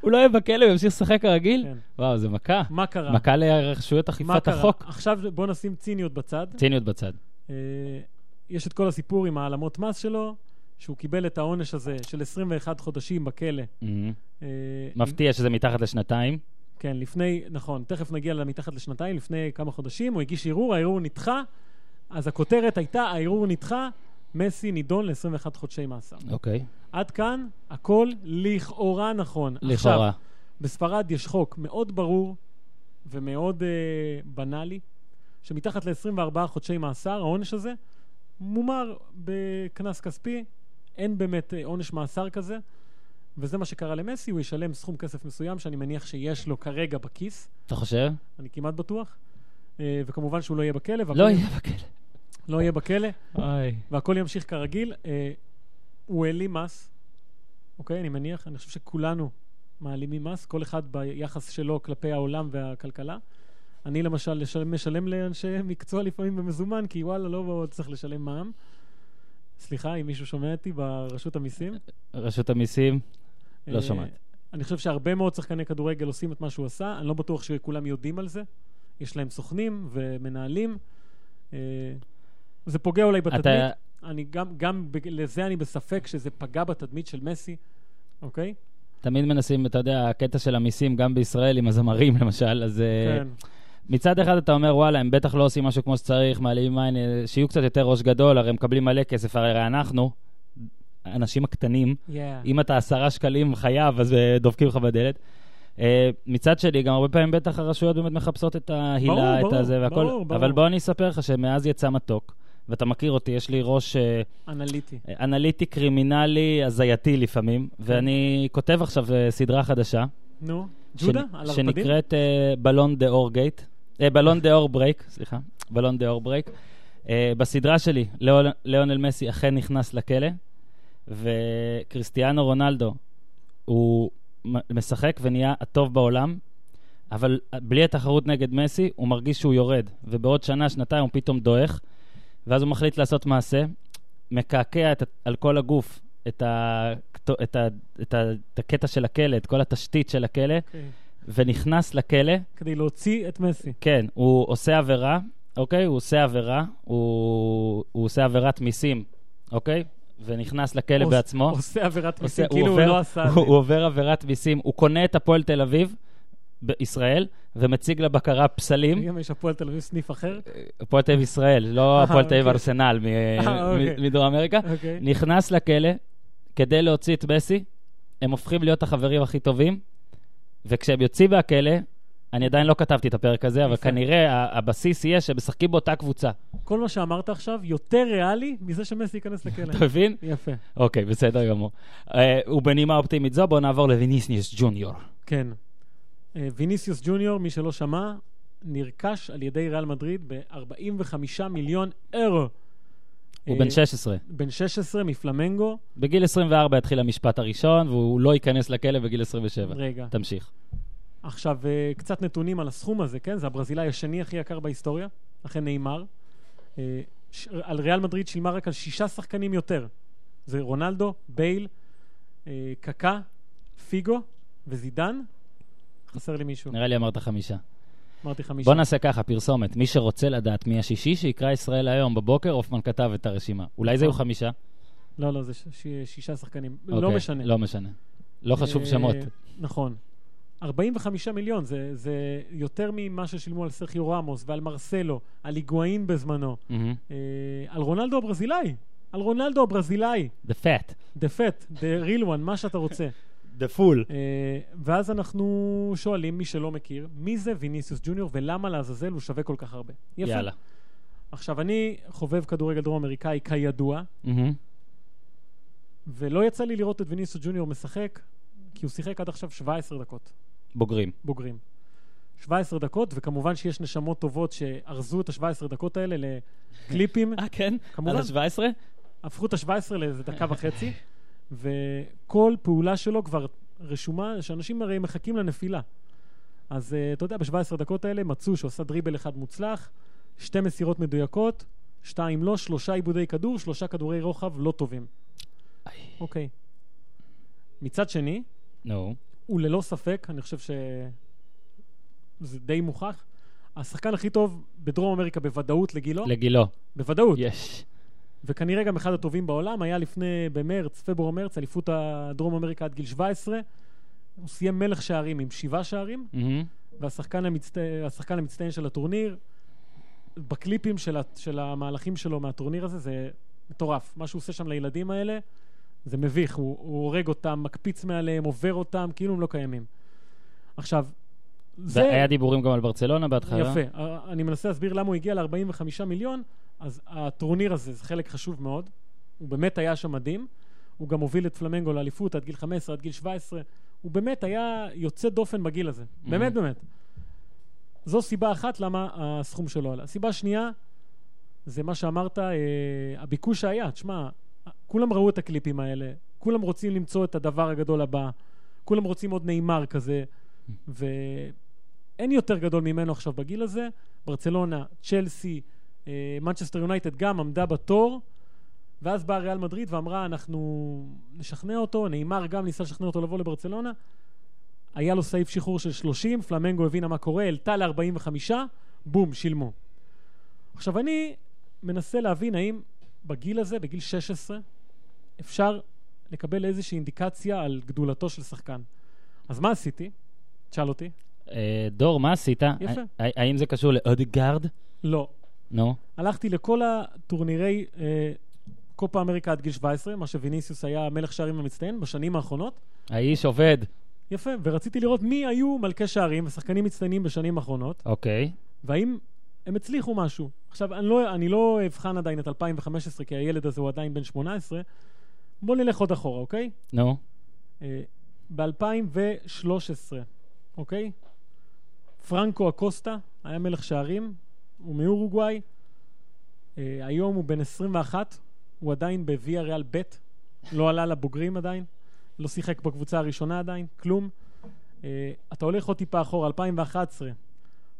הוא לא יהיה בכלא, הוא ימשיך לשחק כרגיל? כן. וואו, זה מכה. מה קרה? מכה לרשויות מה אכיפת קרה? החוק. עכשיו בוא נשים ציניות בצד. ציניות בצד. אה, יש את כל הסיפור עם העלמות מס שלו, שהוא קיבל את העונש הזה של 21 חודשים בכלא. אמ, אה, מפתיע שזה מתחת לשנתיים. כן, לפני, נכון, תכף נגיע למתחת לשנתיים, לפני כמה חודשים, הוא הגיש ערעור, הערעור נדחה, אז הכותרת הייתה, הערעור נדחה, מסי נידון ל-21 חודשי מאסר. אוקיי. עד כאן, הכל לכאורה נכון. לכאורה. עכשיו, בספרד יש חוק מאוד ברור ומאוד אה, בנאלי, שמתחת ל-24 חודשי מאסר, העונש הזה מומר בקנס כספי, אין באמת אה, עונש מאסר כזה, וזה מה שקרה למסי, הוא ישלם סכום כסף מסוים שאני מניח שיש לו כרגע בכיס, אתה חושב? אני כמעט בטוח, אה, וכמובן שהוא לא יהיה בכלא, והכל- לא יהיה בכלא. לא יהיה בכלא, אוי. והכל ימשיך כרגיל. אה, הוא העלים מס, אוקיי? אני מניח, אני חושב שכולנו מעלימים מס, כל אחד ביחס שלו כלפי העולם והכלכלה. אני למשל לשלם, משלם לאנשי מקצוע לפעמים במזומן, כי וואלה, לא צריך לשלם מע"מ. סליחה, אם מישהו שומע אותי ברשות המיסים. רשות המיסים, לא אה, שומעת. אני חושב שהרבה מאוד שחקני כדורגל עושים את מה שהוא עשה, אני לא בטוח שכולם יודעים על זה. יש להם סוכנים ומנהלים. אה, זה פוגע אולי בתדמית. אתה- אני גם, גם בג- לזה אני בספק שזה פגע בתדמית של מסי, אוקיי? תמיד מנסים, אתה יודע, הקטע של המיסים, גם בישראל, עם הזמרים למשל, אז אה, כן. מצד אחד אתה אומר, וואלה, הם בטח לא עושים משהו כמו שצריך, מעלים עין, אה, שיהיו קצת יותר ראש גדול, הרי הם מקבלים מלא כסף, הרי אנחנו, האנשים הקטנים, Yeah. אם אתה עשרה שקלים חייב, אז אה, דופקים לך בדלת. אה, מצד שני, גם הרבה פעמים בטח הרשויות באמת מחפשות את ההילה, ברור, את ברור, הזה והכל. ברור, ברור. אבל בוא אני אספר לך שמאז יצא מתוק, ואתה מכיר אותי, יש לי ראש אה, אנליטי. אנליטי, קרימינלי, הזייתי כן. לפעמים, ואני כותב עכשיו אה, סדרה חדשה. נו, ג'ודה? שנ- על ערפדים? שנקראת אה, בלון דה אור גייט. אה, בלון דה אור ברייק, סליחה. בלון דה אור ברייק. אה, בסדרה שלי, ליאון- ליאונל מסי אכן נכנס לכלא, וכריסטיאנו רונלדו, הוא מ- משחק ונהיה הטוב בעולם, אבל אה, בלי התחרות נגד מסי, הוא מרגיש שהוא יורד, ובעוד שנה, שנתיים הוא פתאום דועך, ואז הוא מחליט לעשות מעשה, מקעקע את, ה- על כל הגוף את, ה, את, ה, את, ה, את, ה, את הקטע של הכלא, את כל התשתית של הכלא, אוקיי. ונכנס לכלא, כדי להוציא את מסי. כן, הוא עושה עבירה, אוקיי? הוא עושה עבירה, הוא, הוא עושה עבירת מיסים, אוקיי? ונכנס לכלא עוש- בעצמו. עושה עבירת אה, עושה- מיסים, כאילו הוא לא עשה את זה. הוא עובר עבירת מיסים, הוא קונה את הפועל תל אביב בישראל, ומציג לבקרה פסלים. גם יש הפועל תל אביב סניף אחר. הפועל תל אביב ישראל, לא אה, הפועל תל אביב אוקיי. ארסנל מ- אה, מ- אוקיי. מדרום אמריקה. אוקיי. נכנס לכלא כדי להוציא את מסי, הם הופכים להיות החברים הכי טובים, וכשהם יוצאים מהכלא, אני עדיין לא כתבתי את הפרק הזה, אבל יפה. כנראה ה- הבסיס יהיה שהם משחקים באותה קבוצה. כל מה שאמרת עכשיו יותר ריאלי מזה שמסי ייכנס לכלא. אתה מבין? יפה. אוקיי, בסדר גמור. אה, ובנימה אופטימית זו, בואו נעבור לוויניסיוס ג'וניור. כן. אה, ויניסיוס ג'וניור, מי שלא שמע, נרכש על ידי ריאל מדריד ב-45 מיליון אירו. הוא אה, בן 16. בן 16 מפלמנגו. בגיל 24 התחיל המשפט הראשון, והוא לא ייכנס לכלא בגיל 27. רגע. תמשיך. עכשיו, אה, קצת נתונים על הסכום הזה, כן? זה הברזילאי השני הכי יקר בהיסטוריה, אחרי נאמר. אה, ש- על ריאל מדריד שילמה רק על שישה שחקנים יותר. זה רונלדו, בייל, אה, קקה, פיגו וזידן. חסר לי מישהו. נראה לי אמרת חמישה. אמרתי חמישה. אה. בוא נעשה ככה, פרסומת. מי שרוצה לדעת מי השישי, שיקרא ישראל היום בבוקר, הופמן כתב את הרשימה. אולי זה יהיו חמישה? לא, לא, זה ש- ש- שישה שחקנים. לא אוקיי, משנה. לא משנה. לא חשוב אה, שמות. נכון. 45 מיליון, זה, זה יותר ממה ששילמו על סרחיו רמוס ועל מרסלו, על היגואין בזמנו, מהמם. אה, על רונלדו הברזילאי, על רונלדו הברזילאי, The fat. the fat, the real one, מה שאתה רוצה. The full. אה, ואז אנחנו שואלים, מי שלא מכיר, מי זה ויניסיוס ג'וניור ולמה לעזאזל הוא שווה כל כך הרבה. יפה. יאללה. עכשיו, אני חובב כדורגל דרום אמריקאי כידוע, מהמם. ולא יצא לי לראות את ויניסיוס ג'וניור משחק, כי הוא שיחק עד עכשיו 17 דקות. בוגרים. בוגרים. 17 דקות, וכמובן שיש נשמות טובות שארזו את ה-17 דקות האלה לקליפים, אה, כן? כמובן. על ה-17? הפכו את ה-17 לאיזה דקה וחצי, וכל פעולה שלו כבר רשומה, שאנשים הרי מחכים לנפילה. אז אה, אתה יודע, ב-17 דקות האלה מצאו שעושה דריבל אחד מוצלח, שתי מסירות מדויקות, שתיים לא, שלושה עיבודי כדור, שלושה כדורי רוחב לא טובים. אוקיי. מצד שני, נו. הוא ללא ספק, אני חושב שזה די מוכח, השחקן הכי טוב בדרום אמריקה בוודאות לגילו, לגילו. בוודאות, יש. וכנראה גם אחד הטובים בעולם, היה לפני, במרץ, פברואר-מרץ, אליפות הדרום אמריקה עד גיל 17, הוא סיים מלך שערים עם שבעה שערים, מהמם. והשחקן המצט... השחקן המצטיין של הטורניר, בקליפים של, ה... של המהלכים שלו מהטורניר הזה, זה מטורף. מה שהוא עושה שם לילדים האלה, זה מביך. הוא, הוא הורג אותם, מקפיץ מעליהם, עובר אותם, כאילו הם לא קיימים. עכשיו, זה... זה היה דיבורים גם על ברצלונה בהתחלה. יפה. אה, אני מנסה להסביר למה הוא הגיע ל-45 מיליון, אז הטורניר הזה זה חלק חשוב מאוד. הוא באמת היה שם מדהים. הוא גם הוביל את פלמנגו לאליפות עד גיל 15, עד גיל 17. הוא באמת היה יוצא דופן בגיל הזה. באמת, באמת. זו סיבה אחת למה הסכום שלו עלה. סיבה שנייה, זה מה שאמרת, אה, הביקוש שהיה. תשמע, כולם ראו את הקליפים האלה, כולם רוצים למצוא את הדבר הגדול הבא, כולם רוצים עוד נאמר כזה, ואין יותר גדול ממנו עכשיו בגיל הזה. ברצלונה, צ'לסי, אה, מנצ'סטר יונייטד גם עמדה בתור, ואז באה ריאל מדריד ואמרה, אנחנו נשכנע אותו, נאמר גם ניסה לשכנע אותו לבוא לברצלונה. היה לו סעיף שחרור של 30, פלמנגו הבינה מה קורה, העלתה ל-45, בום, שילמו. עכשיו אני מנסה להבין האם בגיל הזה, בגיל 16, אפשר לקבל איזושהי אינדיקציה על גדולתו של שחקן. אז מה עשיתי? תשאל אותי. אה, דור, מה עשית? יפה. ה- ה- האם זה קשור לאודגרד? לא. נו. הלכתי לכל הטורנירי אה, קופה אמריקה עד גיל 17, מה שוויניסיוס היה מלך שערים המצטיין בשנים האחרונות. האיש עובד. יפה, ורציתי לראות מי היו מלכי שערים ושחקנים מצטיינים בשנים האחרונות, אוקיי. והאם הם הצליחו משהו. עכשיו, אני לא, אני לא אבחן עדיין את 2015, כי הילד הזה הוא עדיין בן 18. בואו נלך עוד אחורה, אוקיי? נו. אה, ב-2013, אוקיי? פרנקו אקוסטה היה מלך שערים, הוא מאורוגוואי. אה, היום הוא בן 21, הוא עדיין בוויה ריאל ב', לא עלה לבוגרים עדיין, לא שיחק בקבוצה הראשונה עדיין, כלום. אה, אתה הולך עוד טיפה אחורה, 2011.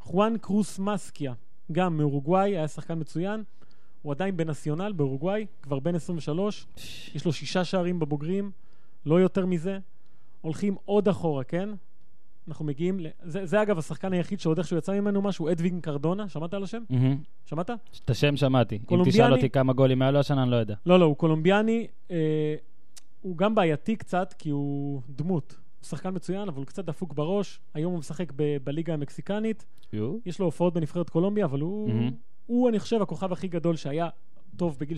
חואן קרוס מסקיה, גם מאורוגוואי, היה שחקן מצוין. הוא עדיין בנציונל באורוגוואי, כבר בן 23, יש לו שישה שערים בבוגרים, לא יותר מזה. הולכים עוד אחורה, כן? אנחנו מגיעים ל... זה, זה אגב השחקן היחיד שעוד איכשהו יצא ממנו משהו, אדווין קרדונה, שמעת על השם? מהמם. שמעת? את השם שמעתי. אם קולומביאני? תשאל אותי כמה גולים היה לו השנה, אני לא יודע. לא, לא, הוא קולומביאני, אה, הוא גם בעייתי קצת, כי הוא דמות. הוא שחקן מצוין, אבל הוא קצת דפוק בראש. היום הוא משחק ב- בליגה המקסיקנית. יש לו הופעות בנבחרת קולומביה, אבל הוא, מהמם. הוא, אני חושב, הכוכב הכי גדול שהיה טוב בגיל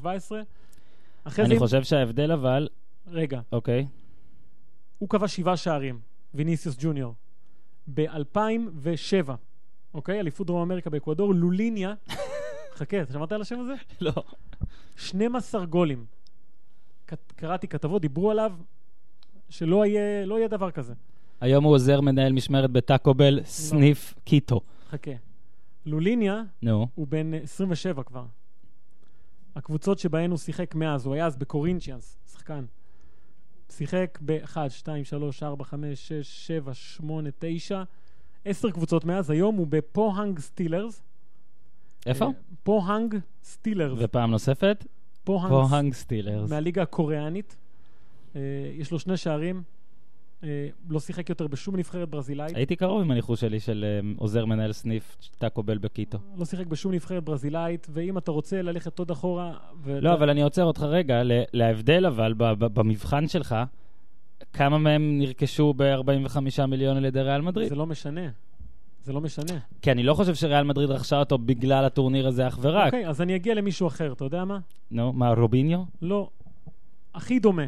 16-17. אחרי זה, אני חושב שההבדל אבל... רגע, אוקיי. הוא כבש שבעה שערים, ויניסיוס ג'וניור. ב-2007, אוקיי? אליפות דרום אמריקה באקוודור, לוליניה, חכה, אתה שמעת על השם הזה? לא. 12 גולים. כת- קראתי כתבות, דיברו עליו, שלא יהיה, לא יהיה דבר כזה. היום הוא עוזר מנהל משמרת בטאקו לא. בל, סניף קיטו. חכה. לוליניה נו. הוא בן 27 כבר. הקבוצות שבהן הוא שיחק מאז, הוא היה אז בקורינצ'יאנס, שחקן. שיחק ב-1, 2, 3, 4, 5, 6, 7, 8, 9, 10 קבוצות מאז, היום הוא בפוהאנג סטילרס. איפה? אה, פוהאנג סטילרס. ופעם נוספת? פוהאנג סטילרס. פוהאנג סטילרס. מהליגה הקוריאנית. אה, יש לו שני שערים. אה, לא שיחק יותר בשום נבחרת ברזילאית. הייתי קרוב עם הניחוש שלי של אה, עוזר מנהל סניף טאקו בל בקיטו. לא שיחק בשום נבחרת ברזילאית, ואם אתה רוצה ללכת עוד אחורה... ו- לא, אבל אני עוצר אותך רגע, ל- להבדל אבל, ב- ב- במבחן שלך, כמה מהם נרכשו ב-45 מיליון על ידי ריאל מדריד? זה לא משנה. זה לא משנה. כי אני לא חושב שריאל מדריד רכשה אותו בגלל הטורניר הזה אך ורק. אוקיי, אז אני אגיע למישהו אחר, אתה יודע מה? נו, מה, רוביניו? לא. הכי דומה.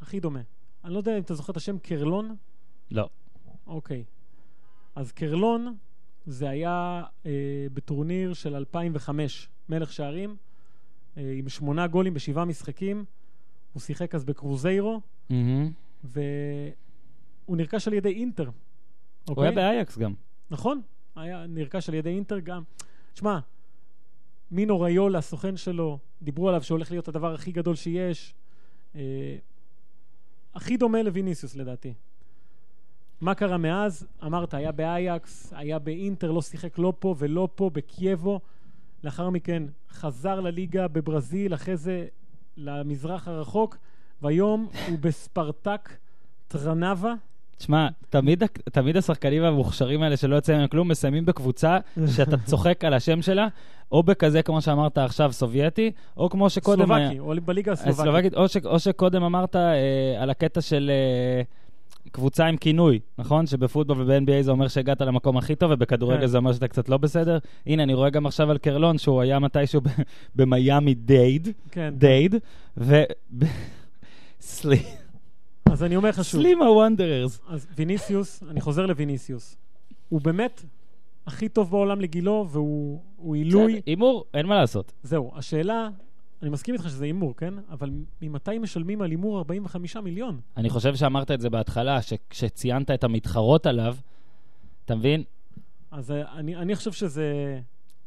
הכי דומה. אני לא יודע אם אתה זוכר את השם קרלון. לא. אוקיי. אז קרלון זה היה אה, בטורניר של 2005, מלך שערים, אה, עם שמונה גולים בשבעה משחקים. הוא שיחק אז בקרוזיירו, אוקיי. מהמם. והוא נרכש על ידי אינטר. אוקיי? הוא היה באייקס גם. נכון, היה נרכש על ידי אינטר גם. תשמע, מינו ריול, הסוכן שלו, דיברו עליו שהולך להיות הדבר הכי גדול שיש. אה, הכי דומה לוויניסיוס לדעתי. מה קרה מאז? אמרת, היה באייקס, היה באינטר, לא שיחק לא פה ולא פה, בקייבו. לאחר מכן חזר לליגה בברזיל, אחרי זה למזרח הרחוק, והיום הוא בספרטק טרנבה. תשמע, תמיד, ה- תמיד השחקנים המוכשרים האלה שלא יוצא מהם כלום, מסיימים בקבוצה שאתה צוחק על השם שלה, או בכזה, כמו שאמרת עכשיו, סובייטי, או כמו שקודם היה... סלובקי, או בליגה הסלובקית. הסלובקית, או, ש, או שקודם אמרת אה, על הקטע של אה, קבוצה עם כינוי, נכון? שבפוטבול וב-NBA זה אומר שהגעת למקום הכי טוב, ובכדורגל כן. זה אומר שאתה קצת לא בסדר. הנה, אני רואה גם עכשיו על קרלון, שהוא היה מתישהו ב- במיאמי דייד, כן. דייד, ו... ב- סלי- אז אני אומר לך שוב. סלימה וונדררס. אז ויניסיוס, אני חוזר לויניסיוס. הוא באמת הכי טוב בעולם לגילו, והוא הוא עילוי. הימור, אין מה לעשות. זהו, השאלה, אני מסכים איתך שזה הימור, כן? אבל ממתי משלמים על הימור 45 מיליון? אני חושב שאמרת את זה בהתחלה, שכשציינת את המתחרות עליו, אתה מבין? אז אה, אני, אני חושב שזה...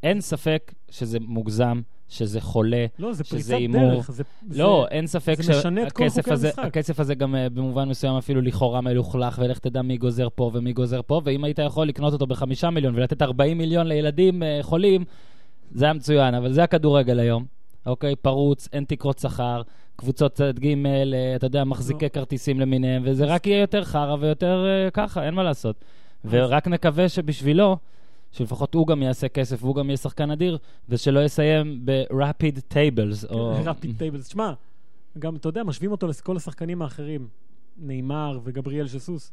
אין ספק שזה מוגזם, שזה חולה, לא, זה שזה פריצת הימור. דרך. זה, לא, זה, אין ספק זה משנה את כל שהכסף חוקי הזה, המשחק. הכסף הזה גם אה, במובן מסוים אפילו לכאורה מלוכלך, ולך תדע מי גוזר פה ומי גוזר פה, ואם היית יכול לקנות אותו בחמישה מיליון ולתת 40 מיליון לילדים אה, חולים, זה היה מצוין, אבל זה הכדורגל היום. אוקיי, פרוץ, אין תקרות שכר, קבוצות צד ג', אה, אתה יודע, מחזיקי לא. כרטיסים למיניהם, וזה רק יהיה יותר חרא ויותר אה, ככה, אין מה לעשות. ורק נקווה שבשבילו, שלפחות הוא גם יעשה כסף והוא גם יהיה שחקן אדיר, ושלא יסיים ב-rapid tables. או... רפיד טייבלס. שמע, גם, אתה יודע, משווים אותו לכל השחקנים האחרים, נאמר וגבריאל שסוס.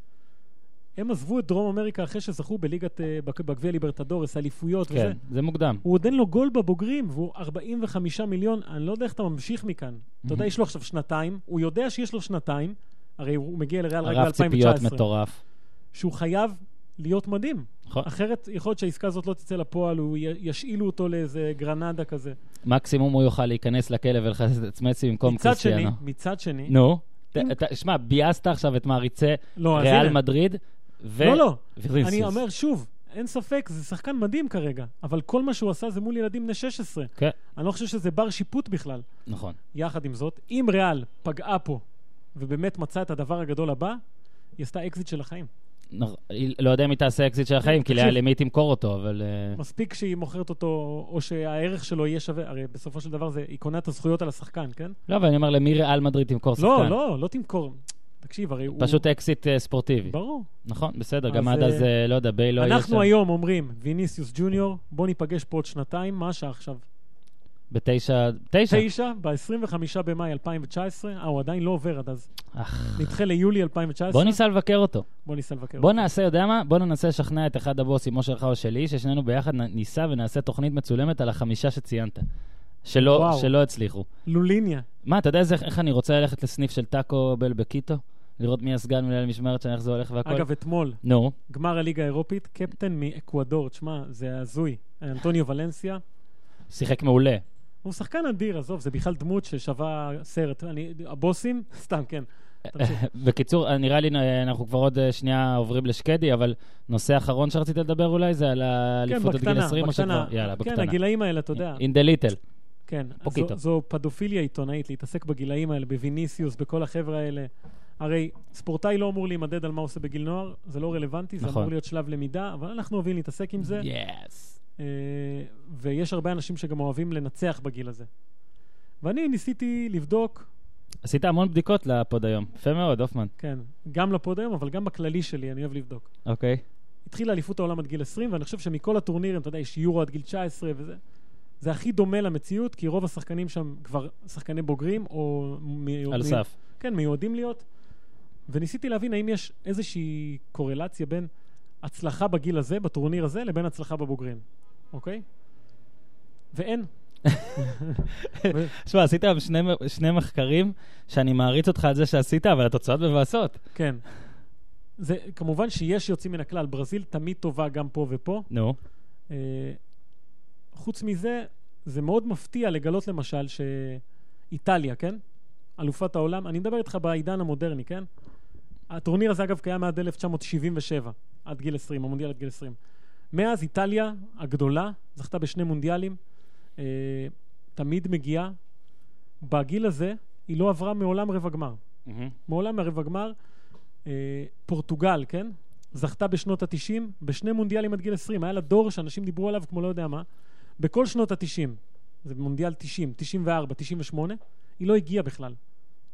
הם עזבו את דרום אמריקה אחרי שזכו בליגת, אה, בק- בגביע ליברטדורס, אליפויות וזה. כן, זה מוקדם. הוא עוד אין לו גול בבוגרים, והוא 45 מיליון, אני לא יודע איך אתה ממשיך מכאן. אתה יודע, יש לו עכשיו שנתיים, הוא יודע שיש לו שנתיים, הרי הוא מגיע לריאל רק הרב ציפיות ב-2019, מטורף. שהוא חייב להיות מדהים. נכון. אחרת יכול להיות שהעסקה הזאת לא תצא לפועל, הוא י- ישאילו אותו לאיזה גרנדה כזה. מקסימום הוא יוכל להיכנס לכלא ולחסס את עצמצי במקום מצד שני, לא קריסטיאנו. מצד שני, נו, ת- אתה- שמע, ביאסת עכשיו את מעריצי לא, אז ריאל הנה, מדריד, ו... לא, לא, ויניסיוס. אני אומר שוב, אין ספק, זה שחקן מדהים כרגע, אבל כל מה שהוא עשה זה מול ילדים בני 16. כן. אני לא חושב שזה בר שיפוט בכלל. נכון. יחד עם זאת, אם ריאל פגעה פה ובאמת מצאה את הדבר הגדול הבא, היא עשתה אקזיט של החיים. נכון. לא יודע אם היא תעשה אקזיט של החיים, כי לא, תקשיב. לא. לה- למי היא תמכור אותו, אבל... אה, מספיק שהיא מוכרת אותו, או שהערך שלו יהיה שווה, הרי בסופו של דבר זה, היא קונה את הזכויות על השחקן, כן? לא, אבל אני אומר, למי ריאל מדריד תמכור שחקן? לא, לא, לא תמכור. תקשיב, הרי הוא... פשוט אקזיט אה, ספורטיבי. ברור. נכון, בסדר, לא. אז, גם עד אה, אז, אה, לא יודע, ביי לא יהיה שם. אנחנו היום אומרים, ויניסיוס ג'וניור, בוא ניפגש פה עוד שנתיים, מה השעה עכשיו? בתשע... תשע? תשע, ב-25 במאי 2019, אה, הוא עדיין לא עובר עד אז. אך, נדחה ליולי 2019. בוא ניסע לבקר אותו. בוא ניסה לבקר. כן. בוא נעשה, יודע מה? בוא ננסה לשכנע את אחד הבוסים, או שלך או שלי, ששנינו ביחד נ- ניסע ונעשה תוכנית מצולמת על החמישה שציינת. שלא, וואו. שלא הצליחו. לוליניה. מה, אתה יודע איזה, איך אני רוצה ללכת לסניף של טאקו בל בקיטו? לראות מי הסגן מנהל משמרת שם, איך זה הולך והכל? אגב, אתמול, נו, גמר הליגה האירופית, קפטן מאקוודור, תשמע, זה הזוי. אנטוניו ולנסיה, שיחק מעולה. הוא שחקן אדיר, עזוב, זה בכלל דמות ששווה סרט. אני, הבוסים, סתם, כן. תמשיך. בקיצור, נראה לי, אה, אנחנו כבר עוד אה, שנייה עוברים לשקדי, אבל נושא אחרון שרצית לדבר אולי זה על כן, האליפות עד גיל בקטנה, 20, או בקטנה. שכבר... יאללה, כן, בקטנה. הגילאים האלה, אתה יודע. In the little. כן, פוקיטו. זו, זו פדופיליה עיתונאית, להתעסק בגילאים האלה, בוויניסיוס, בכל החבר'ה האלה. הרי ספורטאי לא אמור להימדד על מה הוא עושה בגיל נוער, זה לא רלוונטי, זה נכון. אמור להיות שלב למידה, אבל אנחנו אוהבים להתעסק עם זה. יס. אה, ויש הרבה אנשים שגם אוהבים לנצח בגיל הזה. ואני ניסיתי לבדוק עשית המון בדיקות לפוד היום. יפה מאוד, הופמן. כן, גם לפוד היום, אבל גם בכללי שלי, אני אוהב לבדוק. אוקיי. התחילה אליפות העולם עד גיל 20, ואני חושב שמכל הטורנירים, אתה יודע, יש יורו עד גיל 19 וזה, זה הכי דומה למציאות, כי רוב השחקנים שם כבר שחקני בוגרים, או... מ- על מ- סף. כן, מיועדים להיות. וניסיתי להבין האם יש איזושהי קורלציה בין הצלחה בגיל הזה, בטורניר הזה, לבין הצלחה בבוגרים, אוקיי? ואין. ו- תשמע, עשית היום שני, שני מחקרים שאני מעריץ אותך על זה שעשית, אבל התוצאות מבאסות. כן. זה, כמובן שיש יוצאים מן הכלל, ברזיל תמיד טובה גם פה ופה. נו. אה, חוץ מזה, זה מאוד מפתיע לגלות למשל שאיטליה, כן? אלופת העולם, אני מדבר איתך בעידן המודרני, כן? הטורניר הזה אגב קיים עד 1977, עד גיל 20, המונדיאל עד גיל 20. מאז איטליה הגדולה, זכתה בשני מונדיאלים, אה, תמיד מגיעה. בגיל הזה היא לא עברה מעולם רבע גמר. מהמם. מעולם מהרבע גמר, אה, פורטוגל, כן? זכתה בשנות ה-90, בשני מונדיאלים עד גיל 20. היה לה דור שאנשים דיברו עליו כמו לא יודע מה. בכל שנות ה-90, זה מונדיאל 90, 94, 98, היא לא הגיעה בכלל.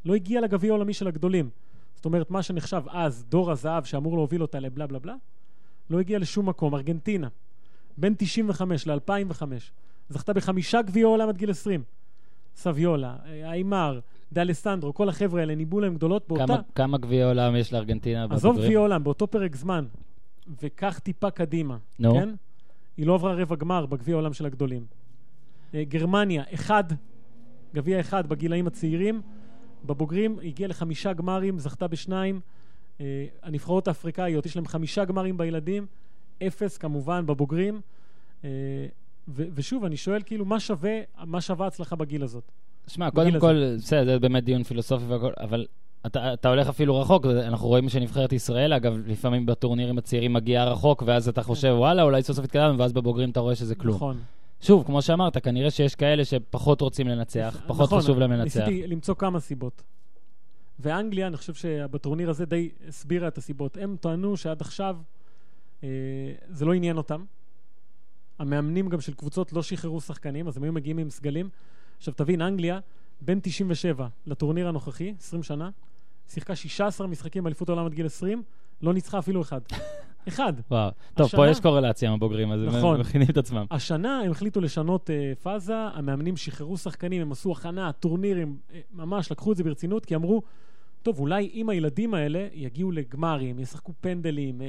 לא הגיעה לגביע העולמי של הגדולים. זאת אומרת, מה שנחשב אז דור הזהב שאמור להוביל אותה לבלה בלה בלה, לא הגיעה לשום מקום. ארגנטינה, בין 95 ל-2005, זכתה בחמישה גביעי עולם עד גיל 20. סביולה, אה, איימר, דאלסנדרו, כל החבר'ה האלה ניבאו להם גדולות באותה... כמה- כמה גביעי עולם יש לארגנטינה? עזוב בבוגרים? גביע עולם, באותו פרק זמן, וקח טיפה קדימה, נו. כן? היא לא עברה רבע גמר בגביע העולם של הגדולים. אה, גרמניה, אחד, גביע אחד בגילאים הצעירים, בבוגרים הגיעה לחמישה גמרים, זכתה בשניים. אה, הנבחרות האפריקאיות, יש להם חמישה גמרים בילדים, אפס כמובן בבוגרים. אה, ו- ושוב, אני שואל כאילו, מה שווה, מה שווה הצלחה בגיל הזאת? שמע, בגיל קודם כל, בסדר, זה באמת דיון פילוסופי והכל, אבל אתה, אתה הולך אפילו רחוק, אנחנו רואים שנבחרת ישראל, אגב, לפעמים בטורנירים הצעירים מגיעה רחוק, ואז אתה חושב, וואלה, אולי סוף סוף התקדמנו, ואז בבוגרים אתה רואה שזה כלום. כן. נכון. שוב, כמו שאמרת, כנראה שיש כאלה שפחות רוצים לנצח, פחות נכון, חשוב להם לנצח. ניסיתי למצוא כמה סיבות. ואנגליה, אני חושב שבטורניר הזה די הסבירה את הסיבות. הם טענו שעד עכשיו אה, זה לא עניין אותם. המאמנים גם של קבוצות לא שחררו שחקנים, אז הם היו מגיעים עם סגלים. עכשיו תבין, אנגליה, בין 97 לטורניר הנוכחי, 20 שנה, שיחקה 16 משחקים באליפות העולם עד גיל 20, לא ניצחה אפילו אחד. אחד. וואו. טוב, פה השנה- יש קורלציה עם הבוגרים, אז הם נכון. מכינים את עצמם. השנה הם החליטו לשנות uh, פאזה, המאמנים שחררו שחקנים, הם עשו הכנה, טורנירים, uh, ממש לקחו את זה ברצינות, כי אמרו, טוב, אולי אם הילדים האלה יגיעו לגמרים, ישחקו פנדלים, uh,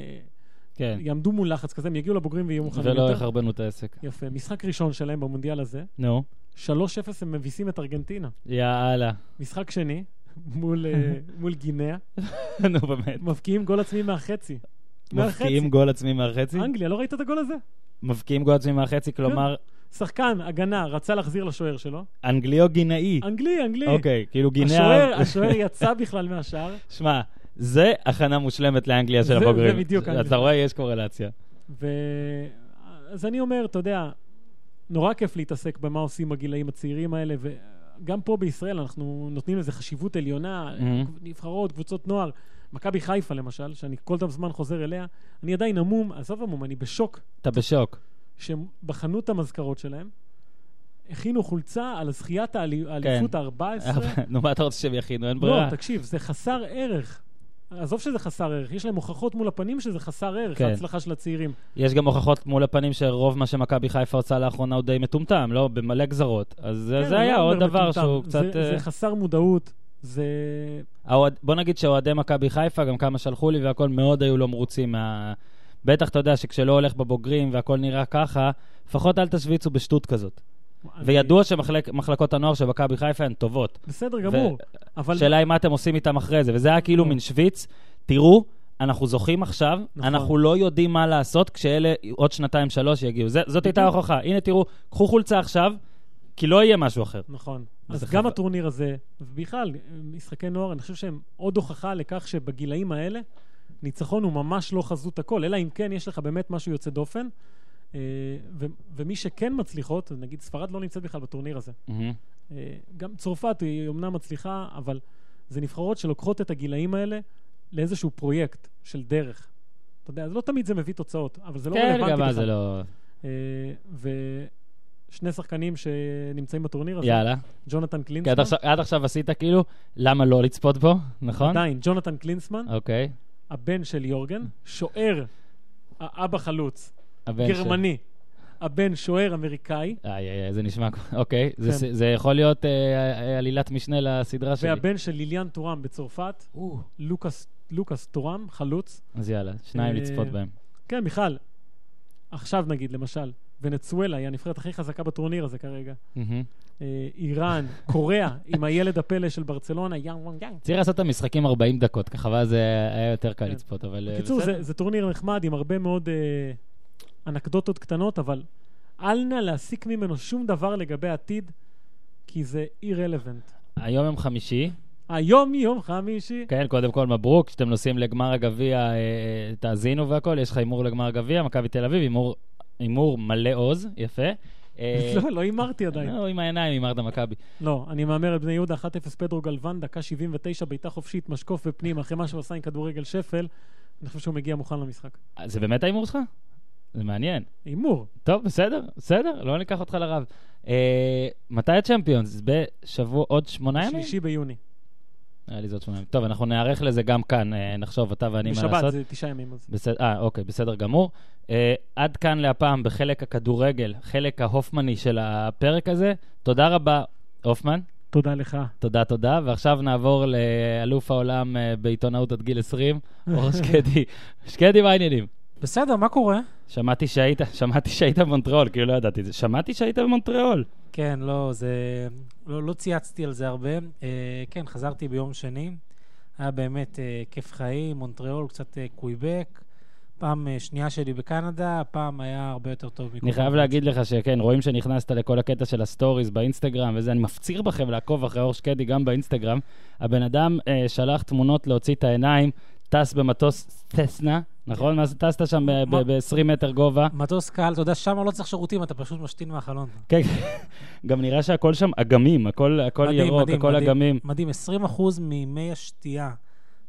כן, יעמדו מול לחץ כזה, הם יגיעו לבוגרים ויהיו מוכנים ולא יותר. יחרבנו את העסק. יפה. משחק ראשון שלהם במונדיאל הזה, נו, 3-0 הם מביסים את ארגנטינה. יאללה. משחק שני, מול, אה, מול גינאה, נו, באמת. מבקיעים גול עצמי מהחצי. מבקיעים גול עצמי מהחצי? אנגליה, לא ראית את הגול הזה? מבקיעים גול עצמי מהחצי, כלומר, שחקן, הגנה, רצה להחזיר לשוער שלו. אנגליו גינאי. אנגלי, אנגלי. אוקיי, כאילו גינאה... כן. השוער, השוער יצא בכלל מהשער, שמע, זה הכנה מושלמת לאנגליה של זה- זה הבוגרים. בדיוק אתה אנגליה. רואה, יש קורלציה. ו... אז אני אומר, אתה יודע, נורא כיף להתעסק במה עושים הגילאים הצעירים האלה, וגם פה בישראל אנחנו נותנים לזה חשיבות עליונה, Mhm. נבחרות, קבוצות נוער. מכבי חיפה למשל, שאני כל תם זמן חוזר אליה, אני עדיין המום, עזוב המום, אני בשוק אתה בשוק. שהם בחנו את המזכרות שלהם, הכינו חולצה על זכיית האלי- האליפות ה-14. נו, מה אתה רוצה שהם יכינו? אין לא, כן. ברירה. תקשיב, זה חסר ערך. עזוב שזה חסר ערך, יש להם הוכחות מול הפנים שזה חסר ערך, כן. ההצלחה של הצעירים. יש גם הוכחות מול הפנים שרוב מה שמכבי חיפה עושה לאחרונה הוא די מטומטם, לא? במלא גזרות. אז זה- כן, זה אני היה לא עוד אומר דבר מטומטם. שהוא זה- קצת... זה אה, חסר מודעות, זה... האוהד- בוא נגיד שאוהדי מכבי חיפה, גם כמה שלחו לי והכל, מאוד היו לא מרוצים מה... בטח אתה יודע שכשלא הולך בבוגרים והכל נראה ככה, לפחות אל תשוויצו בשטות כזאת. אני- וידוע שמחלקות הנוער של מכבי חיפה הן טובות. בסדר גמור, אבל... השאלה היא מה אתם עושים איתם אחרי זה, וזה היה כאילו לא. מין שוויץ, תראו, אנחנו זוכים עכשיו, נכון. אנחנו לא יודעים מה לעשות כשאלה עוד שנתיים-שלוש יגיעו. זה- זאת הייתה בדיוק. ההוכחה. הנה, תראו, קחו חולצה עכשיו, כי לא יהיה משהו אחר. נכון. וזה אז חבל. גם הטורניר הזה, ובכלל, משחקי נוער, אני חושב שהם עוד הוכחה לכך שבגילאים האלה, ניצחון הוא ממש לא חזות הכל, אלא אם כן יש לך באמת משהו יוצא דופן. אה, ו- ומי שכן מצליחות, נגיד ספרד לא נמצאת בכלל בטורניר הזה. כן, אה, גם צרפת היא אומנם מצליחה, אבל זה נבחרות שלוקחות את הגילאים האלה לאיזשהו פרויקט של דרך. אתה יודע, אז לא תמיד זה מביא תוצאות, אבל זה לא כן, רלוונטי גם אז זה בכלל. לא... אה, ושני שחקנים שנמצאים בטורניר הזה, יאללה. ג'ונתן כי עד קלינסמן, עכשיו- עד עכשיו עשית כאילו, למה לא לצפות בו, נכון? עדיין, ג'ונתן קלינסמן, אוקיי. הבן של יורגן, שוער, האבא חלוץ, הבן של- גרמני, הבן שוער אמריקאי, איי, איי, איי, זה נשמע... כמו- אוקיי. זה כן. ס- זה יכול להיות אה, אה, עלילת משנה לסדרה שלי. והבן של ליליאן טוראם בצרפת, או, לוקאס- לוקאס טוראם, חלוץ. אז יאללה, שניים אה, לצפות בהם. כן, מיכל, עכשיו נגיד, למשל, ונצואלה היא הנבחרת הכי חזקה בטורניר הזה כרגע. מהמם. אה, איראן, קוריאה, עם הילד הפלא של ברצלונה, יאנג וואנג יאנג. צריך לעשות את המשחקים 40 דקות, ככה ואז אה, היה יותר קל כן. לצפות, אבל... אה, בקיצור, בסדר. זה, זה טורניר נחמד עם הרבה מאוד אה, אנקדוטות קטנות, אבל אל נא להסיק ממנו שום דבר לגבי העתיד, כי זה irrelevant. היום יום חמישי, היום יום חמישי. כן, קודם כל מברוק, כשאתם נוסעים לגמר הגביע, אה, אה, תאזינו והכל, יש לך הימור לגמר הגביע, מכבי תל אביב, הימור- הימור מלא עוז, יפה. אה, לא, לא הימרתי עדיין. לא, עם העיניים הימרת מכבי. לא, אני מהמר את בני יהודה 1-0 פדרו גלוון, דקה 79, בעיטה חופשית, משקוף ופנים, אחרי מה שהוא עשה עם כדורגל שפל, אני חושב שהוא מגיע מוכן למשחק. אה, זה באמת ההימור שלך? זה מעניין. הימור. טוב, בסדר, בסדר, לא ניקח אותך לרב. אה, מתי הצ'מפיונס? בשבוע עוד שמונה ימים? שלישי ביוני. היה לי זאת שמונה ימים. טוב, אנחנו נערך לזה גם כאן, אה, נחשוב אתה ואני מה בשבת לעשות. זה תשעה ימים אז. בסדר, אה, אוקיי, בסדר גמור. אה, עד כאן להפעם בחלק הכדורגל, חלק ההופמני של הפרק הזה. תודה רבה, הופמן. תודה לך. תודה, תודה. ועכשיו נעבור לאלוף העולם אה, בעיתונאות עד גיל 20, אור שקדי. שקדי, מה העניינים? בסדר, מה קורה? שמעתי שהיית, שמעתי שהיית במונטריאול, כאילו לא ידעתי את זה. שמעתי שהיית במונטריאול. כן, לא, זה... לא, לא צייצתי על זה הרבה. אה, כן, חזרתי ביום שני. היה באמת אה, כיף חיים, מונטריאול, קצת אה, קוויבק. פעם אה, שנייה שלי בקנדה, פעם היה הרבה יותר טוב מכל אני חייב דבר. להגיד לך שכן, רואים שנכנסת לכל הקטע של הסטוריז באינסטגרם וזה, אני מפציר בכם לעקוב אחרי אור שקדי גם באינסטגרם. הבן אדם אה, שלח תמונות להוציא את העיניים, טס במטוס טסנה, נכון? מה זה טסת שם מה? ב-20 מטר גובה? מטוס קהל, אתה יודע, שם לא צריך שירותים, אתה פשוט משתין מהחלון. כן, גם נראה שהכל שם אגמים, הכל הכל מדהים, ירוק, מדהים, הכל מדהים. אגמים. מדהים, 20% ממי השתייה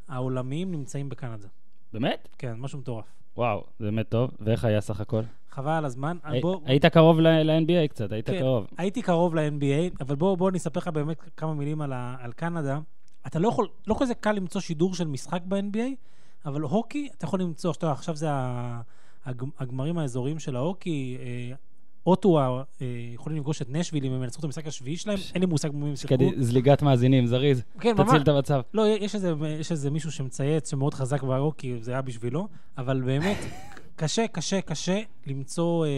העולמיים נמצאים בקנדה. באמת? כן, משהו מטורף. וואו, זה באמת טוב. ואיך היה סך הכל? חבל על הזמן. הי- בוא, היית קרוב ל-NBA קצת, היית כן, קרוב. הייתי קרוב ל-NBA, אבל בואו בוא אני אספר לך באמת כמה מילים על, ה, על קנדה. אתה לא יכול, לא כזה קל למצוא שידור של משחק ב-NBA, אבל הוקי, אתה יכול למצוא, שאתה, עכשיו זה ה- הג, הגמרים האזוריים של ההוקי, אה, אוטווה אה, יכולים לפגוש את נשוויל אם הם ינצחו את המשחק השביעי שלהם, אין לי מושג במי הם שיחקו. שקדי, זליגת מאזינים, זריז, כן, תציל את המצב. לא, יש איזה, יש איזה מישהו שמצייץ שמאוד חזק בהוקי, זה היה בשבילו, אבל באמת, קשה, קשה, קשה למצוא אה,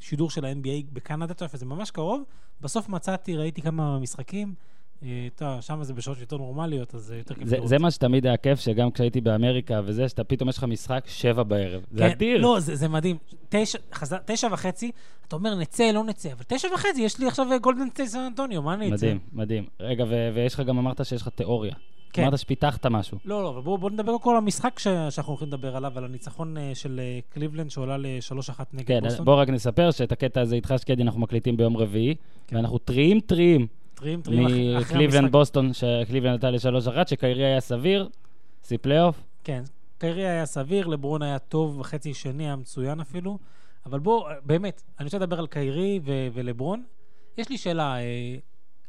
שידור של ה-NBA בקנדה, אתה יודע, זה ממש קרוב. בסוף מצאתי, ראיתי כמה משחקים, אה, אתה יודע, שם זה בשעות יותר נורמליות, אז זה יותר כיף זה, לראות. זה מה שתמיד היה כיף, שגם כשהייתי באמריקה וזה, שאתה פתאום יש לך משחק שבע בערב. זה כן, אדיר. לא, זה, זה מדהים. תשע, חז... תשע וחצי, אתה אומר נצא, לא נצא, אבל תשע וחצי, יש לי עכשיו אה, גולדן סטייט סן אנטוניו, מה אני אצא? מדהים, מדהים. רגע, ו- ויש לך גם אמרת שיש לך תיאוריה. כן. אמרת שפיתחת משהו. לא, לא, אבל בואו בוא נדבר קודם כל על המשחק ש... שאנחנו הולכים לדבר עליו, על הניצחון אה, של אה, קליבלנד שעולה ל-3-1 נגד כן, בוסטון. בוא רק נספר שאת הקטע הזה איתך, שקדי, אנחנו מקליטים ביום רביעי, ואנחנו טריים טריים טריים, כן. טריים אחרי אחרי מקליבלנד המשחק. בוסטון, שקליבלנד הייתה לשלוש אחת, שקיירי היה סביר, שיא פלייאוף. כן, קיירי היה סביר, לברון היה טוב, וחצי שני היה מצוין אפילו. אבל בוא, באמת, אני רוצה לדבר על קיירי ו- ולברון. יש לי שאלה, אה,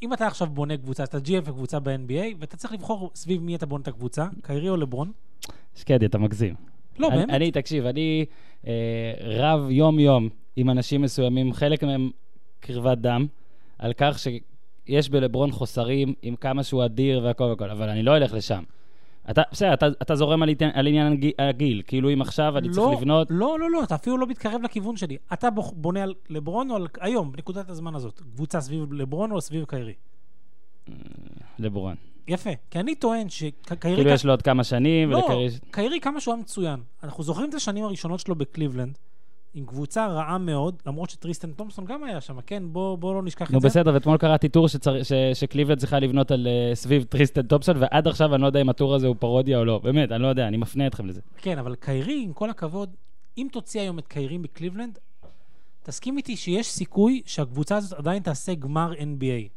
אם אתה עכשיו בונה קבוצה, אתה GM של קבוצה ב-NBA, ואתה צריך לבחור סביב מי אתה בונה את הקבוצה, קיירי או לברון? שקדי, אתה מגזים. לא, אני- באמת. אני, תקשיב, אני אה, רב יום-יום עם אנשים מסוימים, חלק מהם קרבת דם, על כך שיש בלברון חוסרים עם כמה שהוא אדיר והכל והכל, אבל אני לא אלך לשם. אתה, בסדר, אתה, אתה זורם על, עניין- על עניין הגי- הגיל, כאילו אם עכשיו אני לא, צריך לבנות... לא, לא, לא, אתה אפילו לא מתקרב לכיוון שלי. אתה בוח- בונה על לברון או על... היום, בנקודת הזמן הזאת. קבוצה סביב לברון או סביב קיירי? לברון. יפה. כי אני טוען שקיירי... כאילו יש לו עוד כמה שנים, לא, ולקריש... קיירי כמה שהוא היה מצוין. אנחנו זוכרים את השנים הראשונות שלו בקליבלנד, עם קבוצה רעה מאוד, למרות שטריסטן תומפסון גם היה שם, כן? בוא, בוא לא נשכח נו את זה. בסדר, ואתמול קראתי טור שצר... ש... שקליבלד צריכה לבנות על אה, סביב טריסטן טופסון, ועד עכשיו אני לא יודע אם הטור הזה הוא פרודיה או לא. באמת, אני לא יודע, אני מפנה אתכם לזה. כן, אבל קיירי, עם כל הכבוד, אם תוציא היום את קיירי מקליבלנד, תסכים איתי שיש סיכוי שהקבוצה הזאת עדיין תעשה גמר NBA.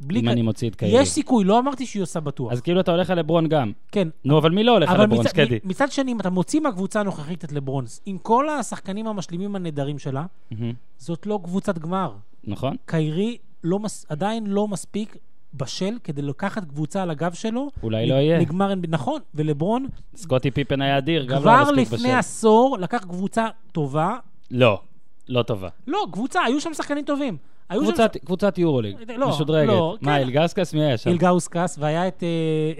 בלי אם קי- אני מוציא את קיירי. יש סיכוי, לא אמרתי שהיא עושה בטוח. אז כאילו אתה הולך על לברון גם. כן, נו, אבל מי לא הולך על אבל לברון, מצ... שקדי? מ- מצד שני, אם אתה מוציא מהקבוצה הנוכחית את לברונס, עם כל השחקנים המשלימים הנהדרים שלה, מהמם. זאת לא קבוצת גמר. נכון? קיירי לא מס... עדיין לא מספיק בשל כדי לקחת קבוצה על הגב שלו. אולי נ- לא יהיה. נגמר, NBA. נכון, ולברון סקוטי פיפן היה אדיר, גם לא היה כבר מספיק לפני בשל. עשור לקח קבוצה טובה. לא, לא טובה. לא, קבוצה, היו שם שחקנים טובים. היו שם... קבוצת- קבוצת יורוליג, לא, משודרגת. לא, מה, כן. אילגסקס? מי היה שם? אילגאוסקס, והיה את... אה,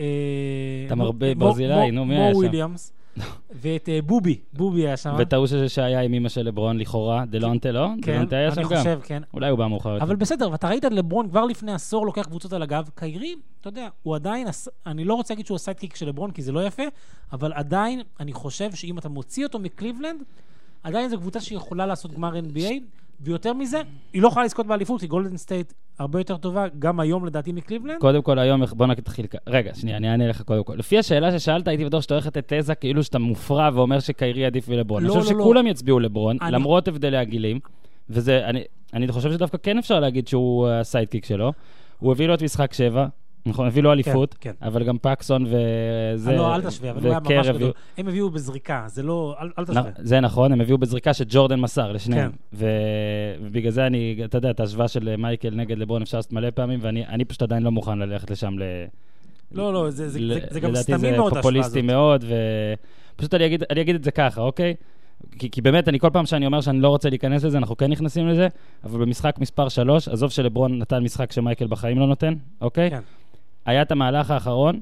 אה, אתה מו- מרבה מו- ברזילי, מו- נו, מי היה שם? מו וויליאמס, ואת אה, בובי, בובי היה שם. ואת ההוא ש- שהיה עם אמא של לברון, לכאורה, דלונטה, לא? כן, דלונטה היה שם אני גם. חושב, כן. אולי הוא בא מאוחר יותר. אבל בסדר, ואתה ראית את לברון כבר לפני עשור לוקח קבוצות על הגב. קיירי, אתה יודע, הוא עדיין, עש- אני לא רוצה להגיד שהוא הסיידקיק של לברון, כי זה לא יפה, אבל עדיין, אני חושב שאם אתה מוציא אותו מקליבלנד, עדיין זו קבוצה שיכולה לעשות גמר NBA. ויותר מזה, היא לא יכולה לזכות באליפות, כי גולדן סטייט הרבה יותר טובה, גם היום לדעתי מקליבלנד. קודם כל היום, בוא נתחיל... כ- רגע, שנייה, אני אענה לך קודם כל. לפי השאלה ששאלת, הייתי בטוח שאתה הולך לתת תזה כאילו שאתה מופרע ואומר שקיירי עדיף מלברון. לא, אני חושב לא, לא. שכולם יצביעו לברון, אני- למרות הבדלי הגילים, וזה... אני- אני חושב שדווקא כן אפשר להגיד שהוא הסיידקיק שלו. הוא הביא לו את משחק שבע, נכון? הביא לו אליפות, כן. אבל גם פקסון וזה... אה, לא, אל תשווה, אבל הוא היה וקר ממש הביאו- גדול. הם הביאו בזריקה, זה לא... אל אל נ- תשווה. זה נכון, הם הביאו בזריקה שג'ורדן מסר לשניהם. כן. ו- ובגלל זה אני, אתה יודע, את ההשוואה של מייקל נגד לברון אפשר לעשות מלא פעמים, ואני אני פשוט עדיין לא מוכן ללכת לשם ל... לא, לא, זה- זה- זה ל- זה גם לדעתי סתמי זה מאוד, ההשוואה הזאת. פופוליסטי מאוד, ופשוט אני אגיד, אני אגיד את זה ככה, אוקיי? כי, כי באמת, אני כל פעם שאני אומר שאני לא רוצה להיכנס לזה, אנחנו כן נכנסים לזה, אבל במשחק מספר 3, עזוב שלברון נתן משחק שמייקל בחיים לא נותן, אוקיי? כן. היה את המהלך האחרון,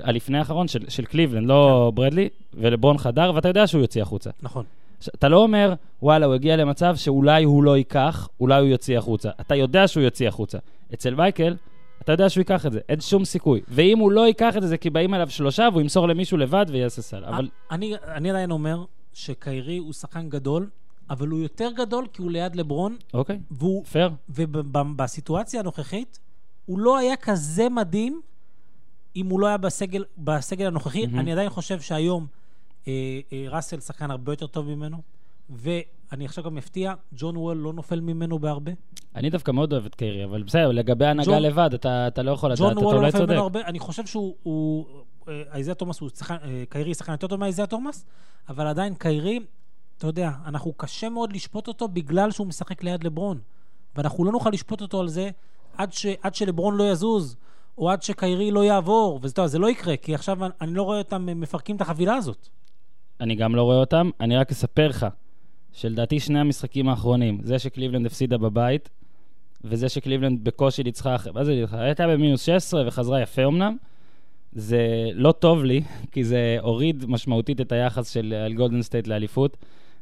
הלפני האחרון, של, של קליבלנד, כן. לא ברדלי, ולברון חדר, ואתה יודע שהוא יוציא החוצה. נכון. ש- אתה לא אומר, וואלה, הוא הגיע למצב שאולי הוא לא ייקח, אולי הוא יוציא החוצה. אתה יודע שהוא יוציא החוצה. אצל מייקל, אתה יודע שהוא ייקח את זה, אין שום סיכוי. ואם הוא לא ייקח את זה, זה כי באים עליו שלושה, והוא ימסור למישהו לבד ויעשה סל. אבל אני, אני עדיין אומר שקיירי הוא שחקן גדול, אבל הוא יותר גדול כי הוא ליד לברון, אוקיי, והוא, פייר. ובסיטואציה הנוכחית הוא לא היה כזה מדהים אם הוא לא היה בסגל, בסגל הנוכחי. מהמם. Mm-hmm. אני עדיין חושב שהיום אה, אה, ראסל שחקן הרבה יותר טוב ממנו, ואני עכשיו גם מפתיע, ג'ון וול לא נופל ממנו בהרבה. אני דווקא מאוד אוהב את קיירי, אבל בסדר, לגבי הנהגה ג'ון- לבד, אתה אתה לא יכול לדעת, ג'ון אתה וול לא אולי נופל צודק. ממנו הרבה, אני חושב שהוא, הוא- אה, איזיה תומאס הוא שחקן, אה, קיירי שחקן יותר טוב מאיזיה תומאס, אבל עדיין קיירי, אתה יודע, אנחנו קשה מאוד לשפוט אותו בגלל שהוא משחק ליד לברון, ואנחנו לא נוכל לשפוט אותו על זה עד, ש, עד שלברון לא יזוז, או עד שקיירי לא יעבור, וזה טוב, זה לא יקרה, כי עכשיו אני- אני לא רואה אותם אה, מפרקים את החבילה הזאת. אני גם לא רואה אותם. אני רק אספר לך שלדעתי שני המשחקים האחרונים, זה שקליבלנד הפסידה בבית, וזה שקליבלנד בקושי ניצחה אחרי... מה זה ניצחה? הייתה במינוס 16 וחזרה יפה אמנם. זה לא טוב לי, כי זה הוריד משמעותית את היחס של על גולדן סטייט לאליפות,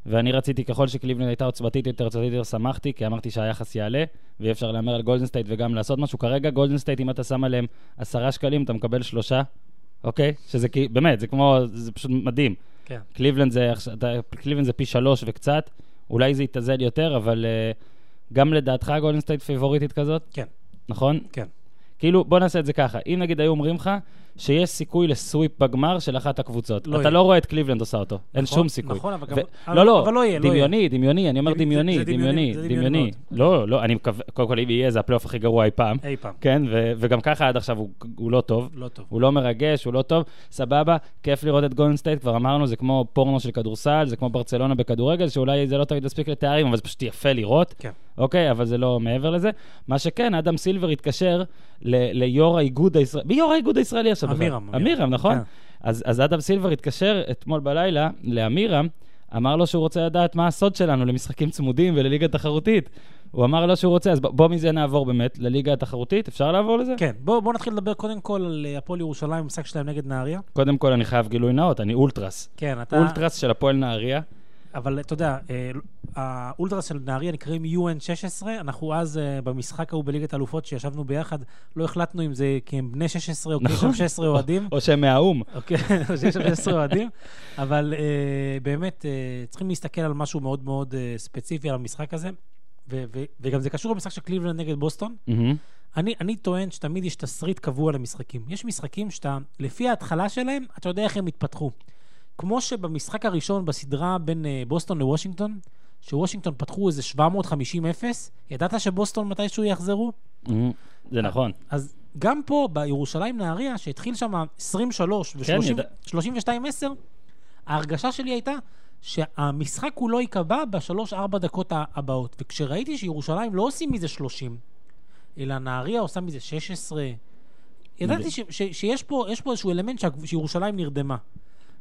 ואני רציתי, ככל שקליבלנד הייתה עוצמתית יותר, עוצמתית יותר שמחתי, כי אמרתי שהיחס יעלה, ואי אפשר להמר על גולדן סטייט וגם לעשות משהו. כרגע גולדן סטייט, אם אתה שם עליהם עשרה שקלים, אתה מקבל שלושה, אוקיי? שזה כי, באמת, זה כמו, זה פשוט מדהים. כן. קליבלנד זה, עכש- אתה- קליבלנד זה פי שלוש וקצת, אולי זה יתאזל יותר, אבל אה, גם לדעתך גולדן סטייט פיבוריטית כזאת? כן. נכון? כן. כאילו, בוא נעשה את זה ככה. אם נגיד היו אומרים לך שיש סיכוי לסוויפ בגמר של אחת הקבוצות, לא אתה יהיה. לא רואה את קליבלנד עושה אותו, אין נכון, שום סיכוי. נכון, אבל גם... ו- אבל- לא, לא, אבל לא יהיה, לא יהיה. דמיוני, דמיוני, אני אומר דמי- זה- דמיוני, זה דמיוני, דמיוני, זה דמיוני דמיוני. מאוד. אה. לא, לא, אני מקווה, קודם כל אם יהיה, זה הפלייאוף הכי גרוע אי פעם, אי פעם. כן? ו- וגם ככה עד עכשיו הוא- הוא לא טוב. לא טוב. הוא לא מרגש, הוא לא טוב, סבבה, כיף לראות את גולדן סטייט, כבר אמרנו, זה כמו פורנו של כדורסל, זה כמו ברצלונה בכדורגל, שאולי זה לא תמיד יספיק לתארים, אבל זה פשוט יפה לראות. כן. אוקיי, אבל זה לא מעבר לזה. מה שכן, אדם סילבר התקשר ל- ליו"ר האיגוד הישראלי, מי יו"ר האיגוד הישראלי עכשיו? בכלל? אמירם, אמירם. אמירם, נכון? כן. אז, אז אדם סילבר התקשר אתמול בלילה לאמירם, אמר לו שהוא רוצה לדעת מה הסוד שלנו למשחקים צמודים ולליגה תחרותית. הוא אמר לו שהוא רוצה, אז ב- בוא מזה נעבור באמת לליגה התחרותית, אפשר לעבור לזה? כן, בואו בוא נתחיל לדבר קודם כל על אה, הפועל ירושלים, המשחק שלהם נגד נהריה. קודם כל, אני חייב גילוי נאות, אני אולטרס. כן, אתה... אולטרס של הפועל נהריה. אבל אתה יודע, אה, האולטרס של נהריה נקראים UN16, אנחנו אז אה, במשחק ההוא בליגת האלופות שישבנו ביחד, לא החלטנו אם זה כי הם בני 16 או כי יש שם נכון. 16 אוהדים. או שהם מהאו"ם. אוקיי, אז יש שם 16 אוהדים, אבל אה, באמת אה, צריכים להסתכל על משהו מאוד מאוד אה, ספציפי על המשחק הזה, ו- ו- וגם זה קשור למשחק של קליבלנד נגד בוסטון. מהמם. אני, אני טוען שתמיד יש תסריט קבוע למשחקים. יש משחקים שאתה, לפי ההתחלה שלהם, אתה יודע איך הם יתפתחו. כמו שבמשחק הראשון בסדרה בין אה, בוסטון לוושינגטון, שוושינגטון פתחו איזה 750-0, ידעת שבוסטון מתישהו יחזרו? מהמם. זה נכון. אז גם פה, בירושלים נהריה, שהתחיל שם 23 כן, ידע- ו-32-10, ההרגשה שלי הייתה שהמשחק כולו ייקבע בשלוש-ארבע דקות ה- הבאות. וכשראיתי שירושלים לא עושים מזה 30, אלא נהריה עושה מזה 16, ידעתי ש- ש- שיש פה, יש פה איזשהו אלמנט שה- שירושלים נרדמה.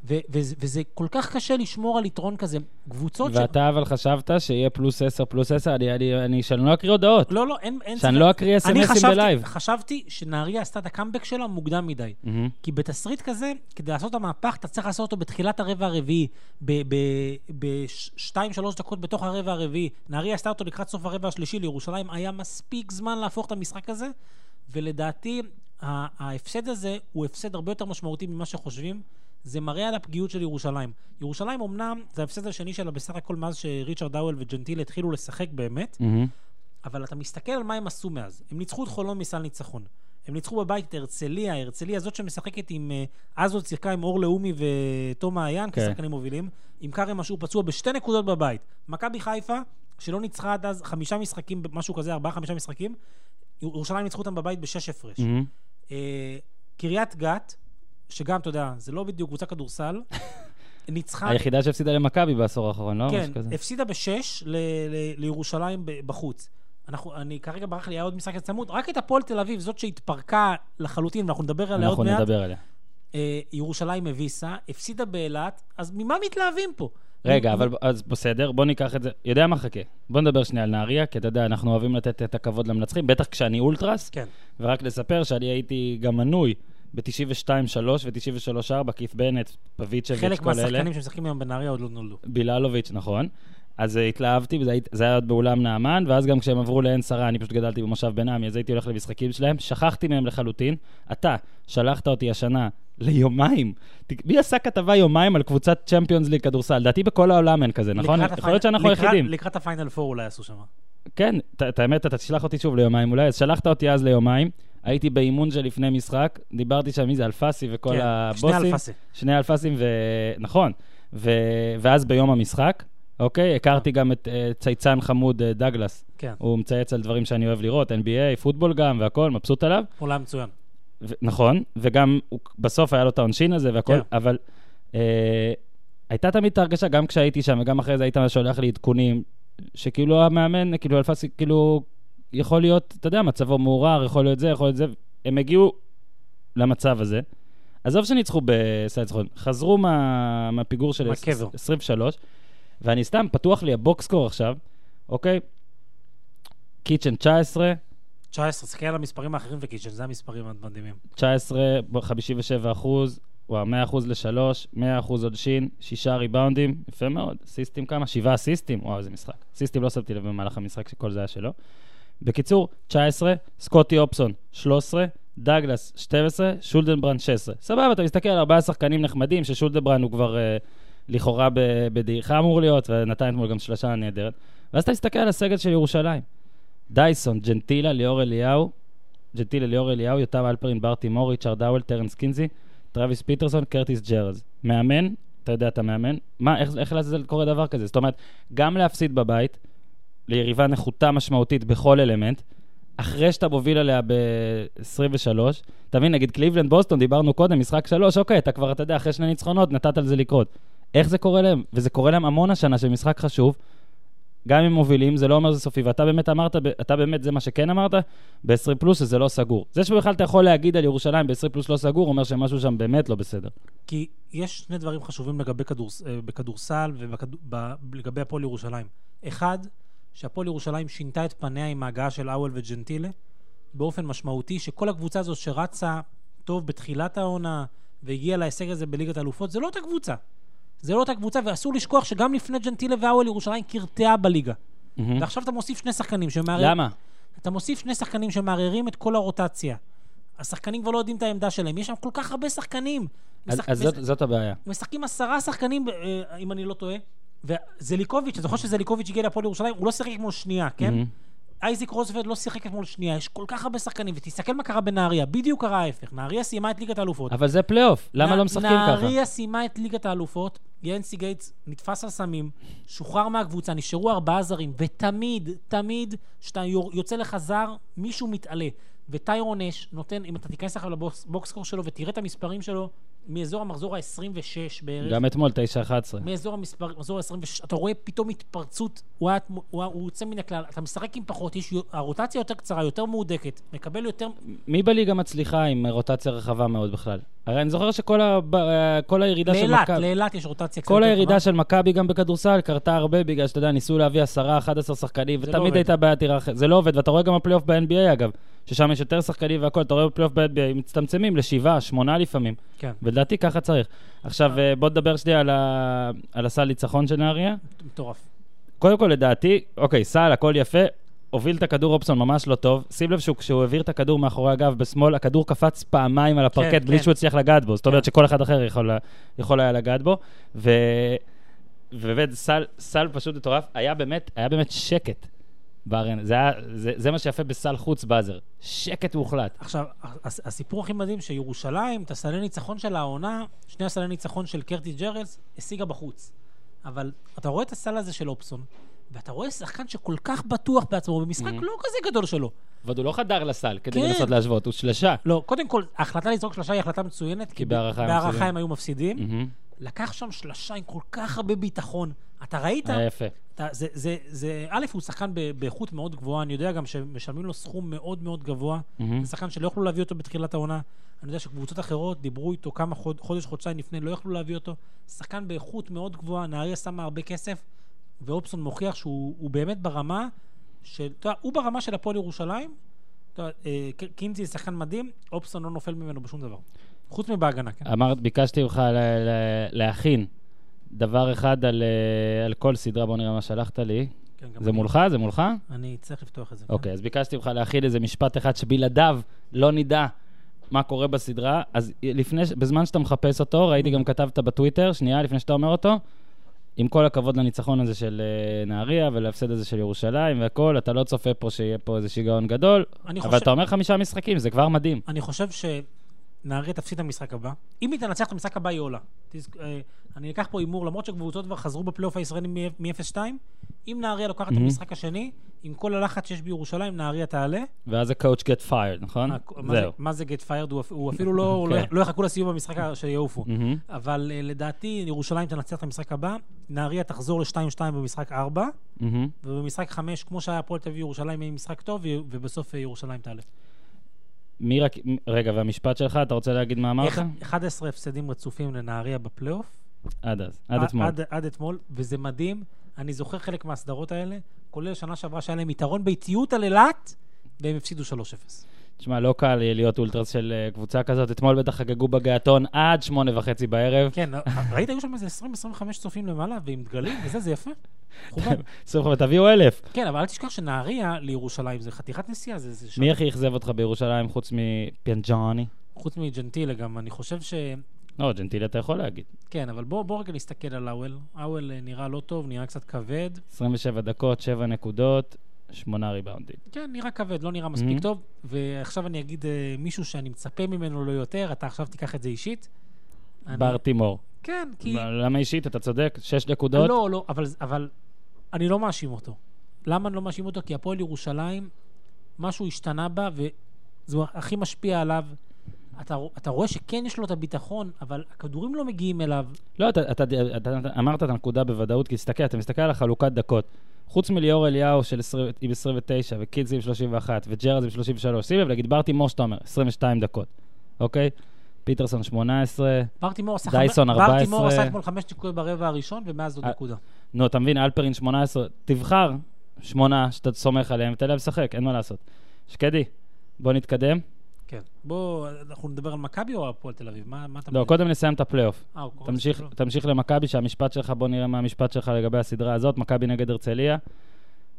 ו- וזה, וזה כל כך קשה לשמור על יתרון כזה. קבוצות ש... ואתה אבל חשבת שיהיה פלוס 10, פלוס 10, אני- אני- אני- שאני לא אקריא הודעות. לא, לא, אין... אין שאני ספק. לא אקריא אני אסמסים בלייב. חשבתי, חשבתי שנהריה עשתה את הקאמבק שלה מוקדם מדי. מהמם. כי בתסריט כזה, כדי לעשות את המהפך, אתה צריך לעשות אותו בתחילת הרבע הרביעי, ב-2-3 דקות בתוך הרבע הרביעי. נהריה עשתה אותו לקראת סוף הרבע השלישי, לירושלים היה מספיק זמן להפוך את המשחק הזה, ולדעתי ה- ההפסד הזה הוא הפסד הרבה יותר משמעותי ממה שחושבים. זה מראה על הפגיעות של ירושלים. ירושלים אמנם, זה ההפסד השני שלה בסך הכל מאז שריצ'רד דאוול וג'נטיל התחילו לשחק באמת, מהמם. אבל אתה מסתכל על מה הם עשו מאז. הם ניצחו את חולון מסל ניצחון. הם ניצחו בבית את הרצליה, הרצליה זאת שמשחקת עם... אה, אז עוד שיחקה עם אור לאומי ותום מעיין כן. כשחקנים מובילים, עם כרם אשור פצוע בשתי נקודות בבית. מכבי חיפה, שלא ניצחה עד אז חמישה משחקים, משהו כזה, ארבעה-חמישה משחקים, ירושלים ניצחו אותם בבית בשש הפרש. מהמם. אה, קריית גת, שגם, אתה יודע, זה לא בדיוק קבוצה כדורסל, ניצחה... היחידה שהפסידה למכבי בעשור האחרון, לא? כן, משהו כזה. הפסידה בשש ל- ל- לירושלים ב- בחוץ. אנחנו, אני כרגע ברח לי, היה עוד משחק צמוד, רק את הפועל תל אביב, זאת שהתפרקה לחלוטין, ואנחנו נדבר עליה אנחנו עוד מעט. נכון, נדבר עליה. אה, ירושלים הביסה, הפסידה באילת, אז ממה מתלהבים פה? רגע, מ- אבל אז בסדר, בוא ניקח את זה. יודע מה, חכה. בוא נדבר שנייה על נהריה, כי אתה יודע, אנחנו אוהבים לתת את הכבוד למנצחים, בטח כשאני אולטרס. כן. ורק לספר שאני הייתי גם מנוי ב-92-3 ו-93-4, כיף בנט, פביצ'ביץ', כל אלה. חלק מהשחקנים שמשחקים היום בנהריה עוד לא נולדו. ביללוביץ', נכון. אז אה, התלהבתי, וזה היית- זה היה עוד באולם נעמן, ואז גם כשהם עברו לעין שרה, אני פשוט גדלתי במושב בן עמי, אז הייתי הולך למשחקים שלהם, שכחתי מהם לחלוטין. אתה שלחת אותי השנה ליומיים. ת- מי עשה כתבה יומיים על קבוצת צ'מפיונס ליג כדורסל? לדעתי בכל העולם אין כזה, נכון? לקראת יכול להיות הפיינל- שאנחנו לקראת- היחידים. לקראת הפיינל פור אולי עשו שם. כן, ת- את האמת, אתה תשלח אותי שוב ליומיים אולי, אז שלחת אותי אז ליומיים, הייתי באימון שלפני משחק, דיברתי שם, מי זה, אלפסי וכל כן, הבוסים. שני אלפסי. שני אלפסים, ו... נכון. ו... ואז ביום המשחק, אוקיי, הכרתי גם את אה, צייצן חמוד אה, דגלס. כן, הוא מצייץ על דברים שאני אוהב לראות, NBA, פוטבול גם והכל, מבסוט עליו. אולי מצוין. ו... נכון, וגם הוא... בסוף היה לו את העונשין הזה והכל, כן. אבל אה, הייתה תמיד את ההרגשה, גם כשהייתי שם וגם אחרי זה היית שולח לי עדכונים, שכאילו המאמן, כאילו אלפסי, כאילו, יכול להיות, אתה יודע, מצבו מעורער, יכול להיות זה, יכול להיות זה, הם הגיעו למצב הזה. עזוב שניצחו בסל ניצחון, חזרו מה, מהפיגור של מהקבר. 23, ואני סתם, פתוח לי הבוקסקור עכשיו, אוקיי? קיצ'ן 19, 19, תסתכל על המספרים האחרים וקיצ'ן, זה המספרים המדהימים. 19, ב- 57 אחוז, וואו, 100 אחוז לשלוש, 100 אחוז עונשין, שישה ריבאונדים, יפה מאוד. סיסטים כמה? שבעה אסיסטים? וואו, איזה משחק. סיסטים לא שמתי לב במהלך המשחק שכל זה היה שלו. בקיצור, 19, סקוטי אופסון, 13, דגלס, 12, שולדנברן, 16. סבבה, אתה מסתכל על ארבעה שחקנים נחמדים, ששולדנברן הוא כבר אה, לכאורה ב- בדעיכה אמור להיות, ונתן אתמול גם שלושה נהדרת. ואז אתה מסתכל על הסגל של ירושלים. דייסון, ג'נטילה, ליאור אליהו, ג'נטילה, ליאור אליהו, יותם אלפרין, בר תימור, ריצ'רד דאוול, טרנס קינזי, טרוויס פיטרסון, קרטיס ג'רז. מאמן, אתה יודע, אתה מאמן. מה, איך, איך לעזאזל קורה דבר כזה? זאת אומרת, גם להפסיד בבית, ליריבה נחותה משמעותית בכל אלמנט, אחרי שאתה מוביל עליה ב-23, אתה מבין, נגיד קליבלנד בוסטון, דיברנו קודם, משחק 3, אוקיי, אתה כבר, אתה יודע, אחרי שני ניצחונות, נתת על זה לקרות. איך זה קורה להם? וזה קורה להם המון השנה, של משחק חשוב. גם אם מובילים, זה לא אומר שזה סופי, ואתה באמת אמרת, ב- אתה באמת, זה מה שכן אמרת, ב-20 פלוס שזה לא סגור. זה שבכלל אתה יכול להגיד על ירושלים ב-20 פלוס לא סגור, אומר שמשהו שם באמת לא בסדר. כי יש שני דברים חשובים לגבי כדורס, אה, בכדורסל ולגבי הפועל ירושלים. אחד, שהפועל ירושלים שינתה את פניה עם ההגעה של אוול וג'נטילה באופן משמעותי, שכל הקבוצה הזו שרצה טוב בתחילת העונה והגיעה להישג הזה בליגת האלופות, זה לא אותה קבוצה. זה לא אותה קבוצה, ואסור לשכוח שגם לפני ג'נטילה ואוול ירושלים קרטעה בליגה. ועכשיו אתה מוסיף שני שחקנים שמערערים... Mm-hmm. למה? אתה מוסיף שני שחקנים שמערערים את כל הרוטציה. השחקנים כבר לא יודעים את העמדה שלהם, יש שם כל כך הרבה שחקנים. אז משחק- אז זאת- זאת הבעיה. משחקים עשרה שחקנים, ב- אה, אם אני לא טועה, וזליקוביץ', אתה זוכר שזליקוביץ' הגיע להפועל ירושלים, הוא לא שיחק אתמול שנייה, כן? מהמם. אייזיק רוזוולד לא שיחק אתמול שנייה, יש כל כך הרבה שחקנים, ותסתכל מה קרה בנהריה, בדיוק קרה ההפך, נהריה סיימה את ליגת האלופות. אבל זה פלייאוף, למה נה- לא משחקים ככה? נהריה סיימה את ליגת האלופות, ינסי גייטס נתפס על סמים, שוחרר מהקבוצה, נשארו ארבעה זרים, ותמיד, תמיד, כשאתה יור- יוצא לך זר, מישהו מתעלה. וטיירון אש נותן, אם אתה תיכנס עכשיו לבוקסקור שלו ותראה את המספרים שלו, מאזור המחזור ה-26 בערך, גם אתמול, 9-11. מאזור המספר, מאזור ה-26, אתה רואה פתאום התפרצות, הוא, היה, הוא, היה- הוא יוצא מן הכלל, אתה משחק עם פחות, יש, הרוטציה יותר קצרה, יותר מהודקת, מקבל יותר, מי בליגה מצליחה עם רוטציה רחבה מאוד בכלל? הרי אני זוכר שכל הב- אה, כל הירידה של לאילת, מכבי... לאילת יש רוטציה קצת כל יותר טובה. הירידה של מכבי גם בכדורסל קרתה הרבה בגלל שאתה יודע, ניסו להביא 10-11 שחקנים, זה לא ותמיד עובד. הייתה בעיית היררכיה. זה לא עובד, ואתה רואה גם בפלייאוף ב-NBA אגב, ששם יש יותר שחקנים והכול, אתה רואה בפלייאוף ב-NBA, מצטמצמים לשבעה, שמונה לפעמים. כן. ולדעתי ככה צריך. עכשיו, אה, בוא נדבר שנייה על, ה... על הסל ניצחון של נהריה. מטורף. קודם כל, לדעתי, אוקיי, סל, הכל יפה. הוביל את הכדור אופסון ממש לא טוב. שים לב שכשהוא העביר את הכדור מאחורי הגב בשמאל, הכדור קפץ פעמיים על הפרקט כן, בלי כן. שהוא הצליח לגעת בו. זאת אומרת שכל אחד אחר יכול, יכול היה לגעת בו. ו... ובאמת, סל, סל פשוט מטורף. היה באמת, היה באמת שקט בארנה. זה, היה- זה, זה מה שיפה בסל חוץ באזר. שקט מוחלט. עכשיו, הס- הסיפור הכי מדהים שירושלים, את הסלי ניצחון של העונה, שני הסלי ניצחון של קרטיס ג'רלס, השיגה בחוץ. אבל אתה רואה את הסל הזה של אופסון, ואתה רואה שחקן שכל כך בטוח בעצמו, במשחק Mhm. לא כזה גדול שלו. ועוד הוא לא חדר לסל כדי כן. לנסות להשוות, הוא שלשה. לא, קודם כל, ההחלטה לזרוק שלושה היא החלטה מצוינת, כי בהערכה הם בהערכה מפסידים. הם היו מפסידים. מהמם. לקח שם שלושה עם כל כך הרבה ביטחון. אתה ראית, היה אה, יפה. אתה, זה, זה, זה, א', הוא שחקן ב- באיכות מאוד גבוהה, אני יודע גם שמשלמים לו סכום מאוד מאוד גבוה. מהמם. זה שחקן שלא יכלו להביא אותו בתחילת העונה. אני יודע שקבוצות אחרות דיברו איתו כמה חוד, חודש, חודשיים לפני, לא יכלו להביא אותו. שחקן באיכות מאוד גבוהה, נהריה שמה הרבה כסף, ואופסון מוכיח שהוא הוא באמת ברמה של... אתה יודע, הוא ברמה של הפועל ירושלים. אתה יודע, אה, ק- קינזי זה שחקן מדהים, אופסון לא נופל ממנו בשום דבר. חוץ מבהגנה, כן. אמרת, ביקשתי ממך ל- ל- להכין דבר אחד על, אה, על כל סדרה, בוא נראה מה שלחת לי. כן, גם זה אני- מולך? זה מולך? אני צריך לפתוח את זה. כן. אוקיי, אז ביקשתי ממך להכין איזה משפט אחד שבלעדיו לא נדע מה קורה בסדרה. אז לפני, ש- בזמן שאתה מחפש אותו, ראיתי גם כתבת בטוויטר, שנייה לפני שאתה אומר אותו, עם כל הכבוד לניצחון הזה של אה, נהריה ולהפסד הזה של ירושלים והכול, אתה לא צופה פה שיהיה פה איזה שיגעון גדול, אני אבל חושב- אתה אומר חמישה משחקים, זה כבר מדהים. אני חושב שנהריה תפסיד את המשחק הבא. אם היא תנצח את המשחק הבא, היא עולה. תזכ- אה, אני אקח פה הימור, למרות שקבוצות כבר חזרו בפלייאוף הישראלי מ-0-2, אם נהריה לוקחת את Mhm. המשחק השני, עם כל הלחץ שיש בירושלים, נהריה תעלה. ואז ה-coach get fired, נכון? מה- מה זה- זהו. מה זה גט פיירד? הוא אפילו לא- הוא לא- כן. לא יחכו לסיום המשחק ה- שיעופו. מהמם. אבל אה, לדעתי, ירושלים תנצח את המשחק הבא, נהריה תחזור ל-2-2 במשחק 4, מהמם. ובמשחק 5, כמו שהיה הפועל תל אביב ירושלים, יהיה משחק טוב, ו- ובסוף אה, ירושלים תעלה. מי רק... מ- רגע, והמשפט שלך, אתה רוצה להגיד מה אמרת? איך- 11 הפסדים רצופים לנהריה בפלייאוף. אה, עד אז, עד אתמול. עד, עד אתמול, וזה מדהים. אני זוכר חלק מהסדרות האלה, כולל שנה שעברה שהיה להם יתרון באיטיות על אילת, והם הפסידו 3-0. תשמע, לא קל יהיה להיות אולטרס של אה, קבוצה כזאת. אתמול בטח חגגו בגעתון עד שמונה וחצי בערב. כן, ראית, היו שם איזה 20-25 צופים למעלה, ועם דגלים וזה, זה יפה. מכובד. בסוף, אבל תביאו אלף. כן, אבל אל תשכח שנהריה לירושלים זה חתיכת נסיעה, זה, זה שעות. מי הכי אכזב אותך בירושלים חוץ מפיאנג'אני? חוץ מג'נטילה גם, אני חושב ש... לא, ג'נטילי אתה יכול להגיד. כן, אבל בוא, בוא רגע נסתכל על האוול. האוול אה, נראה לא טוב, נראה קצת כבד. 27 דקות, 7 נקודות, 8 ריבאונדים. כן, נראה כבד, לא נראה מספיק Mhm. טוב. ועכשיו אני אגיד אה, מישהו שאני מצפה ממנו לא יותר, אתה עכשיו תיקח את זה אישית. אני- בר תימור. כן, כי... למה אישית? אתה צודק, 6 נקודות. לא, לא, אבל, אבל אני לא מאשים אותו. למה אני לא מאשים אותו? כי הפועל ירושלים, משהו השתנה בה, וזה הכי משפיע עליו. אתה, אתה רואה שכן יש לו את הביטחון, אבל הכדורים לא מגיעים אליו. לא, אתה, אתה, אתה, אתה, אתה אמרת את הנקודה בוודאות, כי תסתכל, אתה מסתכל על החלוקת דקות. חוץ מליאור אליהו של 20, עם 29, וקידס עם 31, וג'רז עם 33, שים לב, נגיד ברטי מור שאתה אומר, 22 דקות, אוקיי? פיטרסון 18, ברטימור עשה, דייסון, חמ- ברטימור 14. עשה אתמול חמש נקודות ברבע הראשון, ומאז עוד אה, נקודה. נו, אתה מבין, אלפרין 18, תבחר שמונה שאתה סומך עליהם, תן להם לשחק, אין מה לעשות. שקדי, בוא נתקדם. כן. בוא, אנחנו נדבר על מכבי או הפועל תל אביב? מה, מה אתה לא, קודם נסיים את הפלייאוף. אה, הוא קורא תמשיך, לזה- תמשיך למכבי, שהמשפט שלך, בוא נראה מה המשפט שלך לגבי הסדרה הזאת, מכבי נגד הרצליה.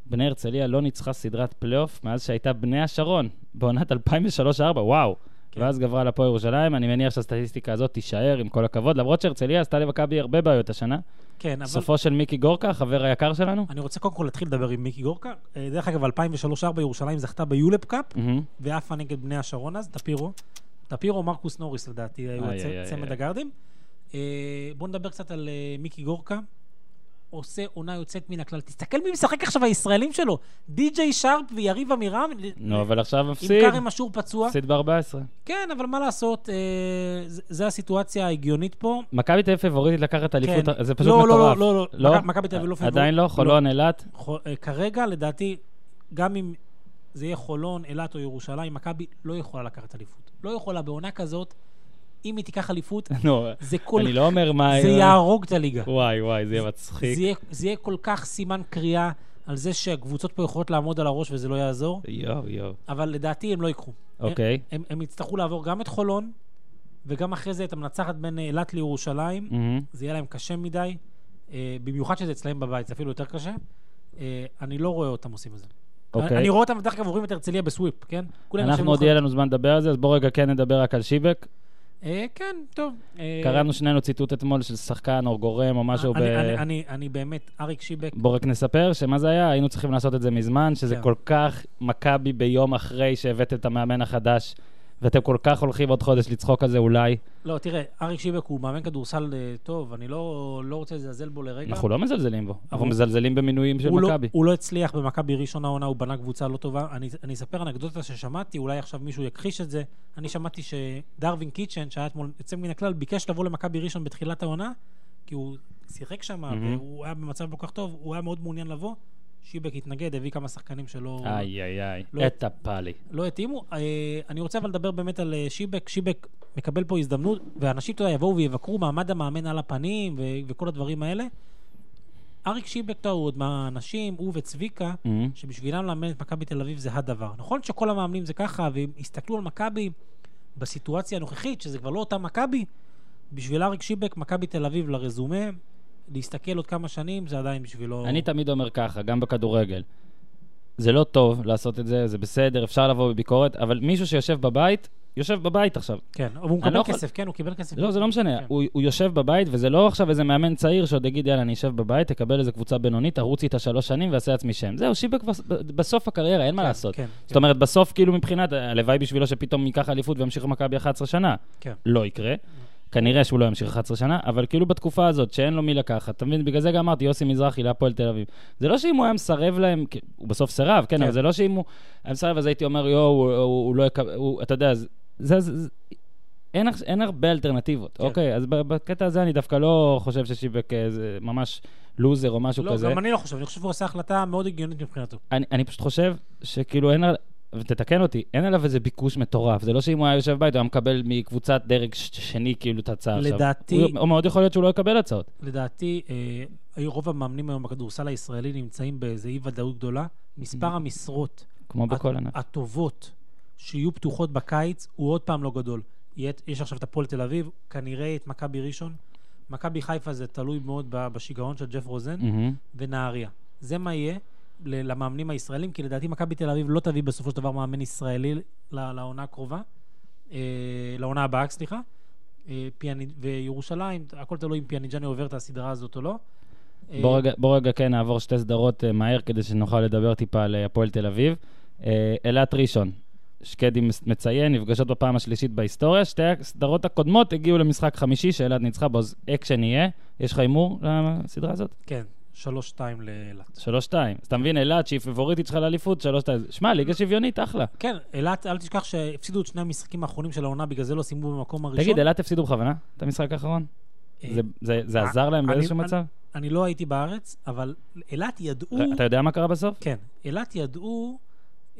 בני הרצליה לא ניצחה סדרת פלייאוף מאז שהייתה בני השרון, בעונת 2003-2004, וואו. כן. ואז גברה על הפועל ירושלים, אני מניח שהסטטיסטיקה הזאת תישאר, עם כל הכבוד, למרות שהרצליה עשתה למכבי הרבה בעיות השנה. כן, אבל... סופו של מיקי גורקה, החבר היקר שלנו. אני רוצה קודם כל להתחיל לדבר עם מיקי גורקה. אה, דרך אגב, 2003-2004 ירושלים זכתה ביולפ קאפ, מהמם. ועפה נגד בני השרון אז, טפירו. טפירו, מרקוס נוריס לדעתי, היו איי, הצ- איי, איי, צמד איי. הגארדים. אה, בואו נדבר קצת על אה, מיקי גורקה. עושה עונה יוצאת מן הכלל. תסתכל מי משחק עכשיו הישראלים שלו. די.ג'יי שרפ ויריב עמירם. נו, אבל עכשיו עם הפסיד, קארם אשור פצוע. הפסיד ב-14. כן, אבל מה לעשות, אה, ז- זה הסיטואציה ההגיונית פה. מכבי תל אביב פבוריטית לקחת אליפות, כן. זה פשוט לא, לא, מטורף. לא, לא, לא. מכ- מכבי תל אביב לא פבוריט- עדיין לא, לא. חולון, אילת. חו- אה, כרגע, לדעתי, גם אם זה יהיה חולון, אילת או ירושלים, מכבי לא יכולה לקחת אליפות. לא יכולה. בעונה כזאת, אם היא תיקח אליפות, נו, זה כל... אני לא אומר מה... זה יהרוג את הליגה. וואי, וואי, זה יהיה זה מצחיק. יהיה, זה יהיה כל כך סימן קריאה על זה שהקבוצות פה יכולות לעמוד על הראש וזה לא יעזור, יואו, יואו. אבל לדעתי הם לא ייקחו. אוקיי. הם, הם יצטרכו לעבור גם את חולון, וגם אחרי זה את המנצחת בין אה, אילת לירושלים. מהמם. זה יהיה להם קשה מדי, אה, במיוחד שזה אצלהם בבית, זה אפילו יותר קשה. אה, אני לא רואה אותם עושים את זה. אוקיי. אני רואה אותם, דרך אגב, עוברים את הרצליה בסוויפ, כן? כולם יושבים אנחנו עוד יהיה מאוחר. לנו זמן לדבר על זה, אז בואו רגע כן נדבר רק על שיבק. אה, כן, טוב. אה, קראנו שנינו ציטוט אתמול של שחקן או גורם או משהו ב... אני- אני- אני- אני באמת, אריק שיבק, בואו רק נספר שמה זה היה, היינו צריכים לעשות את זה מזמן, שזה כן. כל כך מכבי ביום אחרי שהבאתם את המאמן החדש, ואתם כל כך הולכים עוד חודש לצחוק על זה אולי. לא, תראה, אריק שיבק הוא מאמן כדורסל אה, טוב, אני לא לא רוצה לזלזל בו לרגע. אנחנו לא מזלזלים בו, אנחנו הוא- מזלזלים במינויים של הוא לא- מכבי. הוא לא הצליח במכבי ראשון העונה, הוא בנה קבוצה לא טובה. אני, אני אספר אנקדוטה ששמעתי, אולי עכשיו מישהו יכחיש את זה. אני שמעתי שדרווין קיצ'ן, שהיה אתמול יוצא מן הכלל, ביקש לבוא למכבי ראשון בתחילת העונה, כי הוא שיחק שם, מהמם. והוא היה במצב לא כל כך טוב, הוא היה מאוד מעוניין לבוא. שיבק התנגד, הביא כמה שחקנים שלא איי איי איי, לא- את הפאלי. לא התאימו. אה, אני רוצה אבל לדבר באמת על אה, שיבק. שיבק מקבל פה הזדמנות, ואנשים, אתה יודע, יבואו ויבקרו מעמד המאמן על הפנים ו- וכל הדברים האלה. אריק שיבק, אתה יודע, הוא עוד מהאנשים, הוא וצביקה, מהמם. שבשבילם לאמן את מכבי תל אביב זה הדבר. נכון שכל המאמנים זה ככה, והם הסתכלו על מכבי בסיטואציה הנוכחית, שזה כבר לא אותה מכבי, בשביל אריק שיבק, מכבי תל אביב לרזומה, להסתכל עוד כמה שנים, זה עדיין בשבילו... אני תמיד אומר ככה, גם בכדורגל. זה לא טוב לעשות את זה, זה בסדר, אפשר לבוא בביקורת, אבל מישהו שיושב בבית, יושב בבית עכשיו. כן, אבל הוא אני לא מקבל יכול- כסף, כן, הוא קיבל כסף. לא, זה לא משנה. כן. הוא הוא יושב בבית, וזה לא עכשיו איזה מאמן צעיר שעוד יגיד, יאללה, אני אשב בבית, אקבל איזה קבוצה בינונית, ארוץ איתה שלוש שנים ואעשה לעצמי שם. זהו, שיבק בס- בסוף הקריירה, אין מה כן, לעשות. כן, זאת כן. אומרת, בסוף, כאילו מבחינת, הלוואי בשבילו שפתאום ייקח אליפות וימשיך במכבי 11 שנה. כן. לא יקרה. כנראה שהוא לא ימשיך 11 שנה, אבל כאילו בתקופה הזאת, שאין לו מי לקחת, אתה מבין? בגלל זה גם אמרתי, יוסי מזרחי להפועל תל אביב. זה לא שאם הוא היה מסרב להם, כי- הוא בסוף סירב, כן, כן. אבל זה לא שאם הוא היה מסרב, אז הייתי אומר, יואו, הוא, הוא, הוא לא יקבל, הוא- אתה יודע, זה... זה, זה אין, עכש- אין הרבה אלטרנטיבות, כן. אוקיי? אז ב- בקטע הזה אני דווקא לא חושב ששיבק אה, זה ממש לוזר או משהו לא, כזה. גם אני לא חושב, אני חושב שהוא עשה החלטה מאוד הגיונית מבחינתו. אני, אני פשוט חושב שכאילו אין על... ותתקן אותי, אין עליו איזה ביקוש מטורף. זה לא שאם הוא היה יושב בבית, הוא היה מקבל מקבוצת דרג ש- שני כאילו את ההצעה עכשיו. לדעתי- הוא, הוא מאוד יכול להיות שהוא לא יקבל הצעות. לדעתי, אה, היו- רוב המאמנים היום בכדורסל הישראלי נמצאים באיזו אי ודאות גדולה. מספר המשרות כמו בכל הט- ענף. הטובות שיהיו פתוחות בקיץ הוא עוד פעם לא גדול. יהיה- יש עכשיו את הפועל תל אביב, כנראה את מכבי ראשון. מכבי חיפה זה תלוי מאוד ב- בשיגעון של ג'ף רוזן מהמם. ונהריה. זה מה יהיה ל- למאמנים הישראלים, כי לדעתי מכבי תל אביב לא תביא בסופו של דבר מאמן ישראלי ל- לעונה הקרובה, אה, לעונה הבאה, סליחה. אה, פיאני- וירושלים, הכל תלוי אם פיאניג'ני עובר את הסדרה הזאת או לא. אה, בוא רגע- בוא רגע כן נעבור שתי סדרות אה, מהר כדי שנוכל לדבר טיפה על אה, הפועל תל אביב. אה, אילת ראשון, שקדי מס- מציין, נפגשות בפעם השלישית בהיסטוריה. שתי הסדרות הקודמות הגיעו למשחק חמישי שאילת ניצחה בו, אז אקשן יהיה. יש לך הימור לסדרה הזאת? כן, שלוש-שתיים לאילת. שלוש שתיים. אז אתה מבין, אילת, שהיא פבוריטית שלך לאליפות, שלוש שתיים. שמע, ליגה שוויונית, אחלה. כן, אילת, אל תשכח שהפסידו את שני המשחקים האחרונים של העונה, בגלל זה לא סיימו במקום הראשון. תגיד, אילת הפסידו בכוונה את המשחק האחרון? אה, זה- זה- זה אה, עזר להם אני- באיזשהו אני- מצב? אני לא הייתי בארץ, אבל אילת ידעו... אה, אתה יודע מה קרה בסוף? כן, אילת ידעו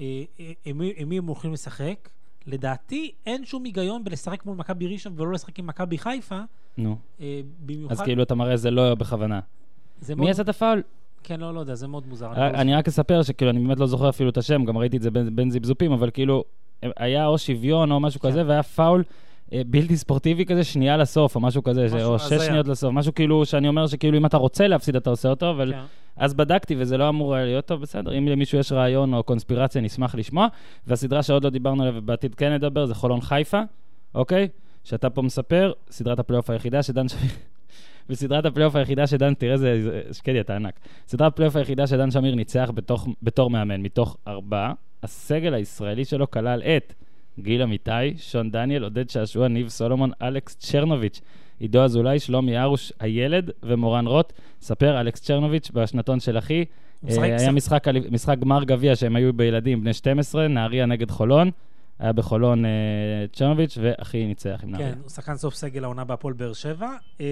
אה, אה, עם מי- עם מי הם הולכים לשחק. לדעתי, אין שום היגיון בלשחק מול מכבי ראשון ולא לשחק עם מכבי חיפה, נו. אה, במיוחד... אז כאילו אתה מראה זה לא בכוונה. זה מי מאוד- עשה את הפאול? אה, כן, לא, לא יודע, זה מאוד מוזר. אני לא- אני רק אספר שכאילו, אני באמת לא זוכר אפילו את השם, גם ראיתי את זה בין בין זיפזופים, אבל כאילו, היה או שוויון או משהו כן. כזה, והיה פאול. אה, בלתי ספורטיבי כזה, שנייה לסוף, או משהו כזה, ש- משהו או שש הזיה. שניות לסוף, משהו כאילו שאני אומר שכאילו אם אתה רוצה להפסיד אתה עושה אותו, אבל כן. אז בדקתי וזה לא אמור היה להיות טוב, בסדר, אם למישהו יש רעיון או קונספירציה, נשמח לשמוע. והסדרה שעוד לא דיברנו עליה ובעתיד כן נדבר, זה חולון חיפה, אוקיי? שאתה פה מספר, סדרת הפלייאוף היחידה שדן... ש- בסדרת הפלייאוף היחידה שדן, תראה איזה, איזה- שקדי, אתה ענק. סדרת הפלייאוף היחידה שדן שמיר ניצח בתוך, בתור מאמן, מתוך ארבעה, הסגל הישראלי שלו כלל את גיל אמיתי, שון דניאל, עודד שעשוע, ניב סולומון, אלכס צ'רנוביץ', עידו אזולאי, שלומי הרוש הילד ומורן רוט. ספר, אלכס צ'רנוביץ' בשנתון של אחי. הוא משחק- אה, היה משחק- משחק, אלי- משחק גמר גביע שהם היו בילדים בני 12, נהריה נגד חולון. היה בחולון אה, צ'רנוביץ', ואחי ניצח עם נהריה. כן, הוא שחקן סוף סגל העונה בהפועל באר שבע. אה,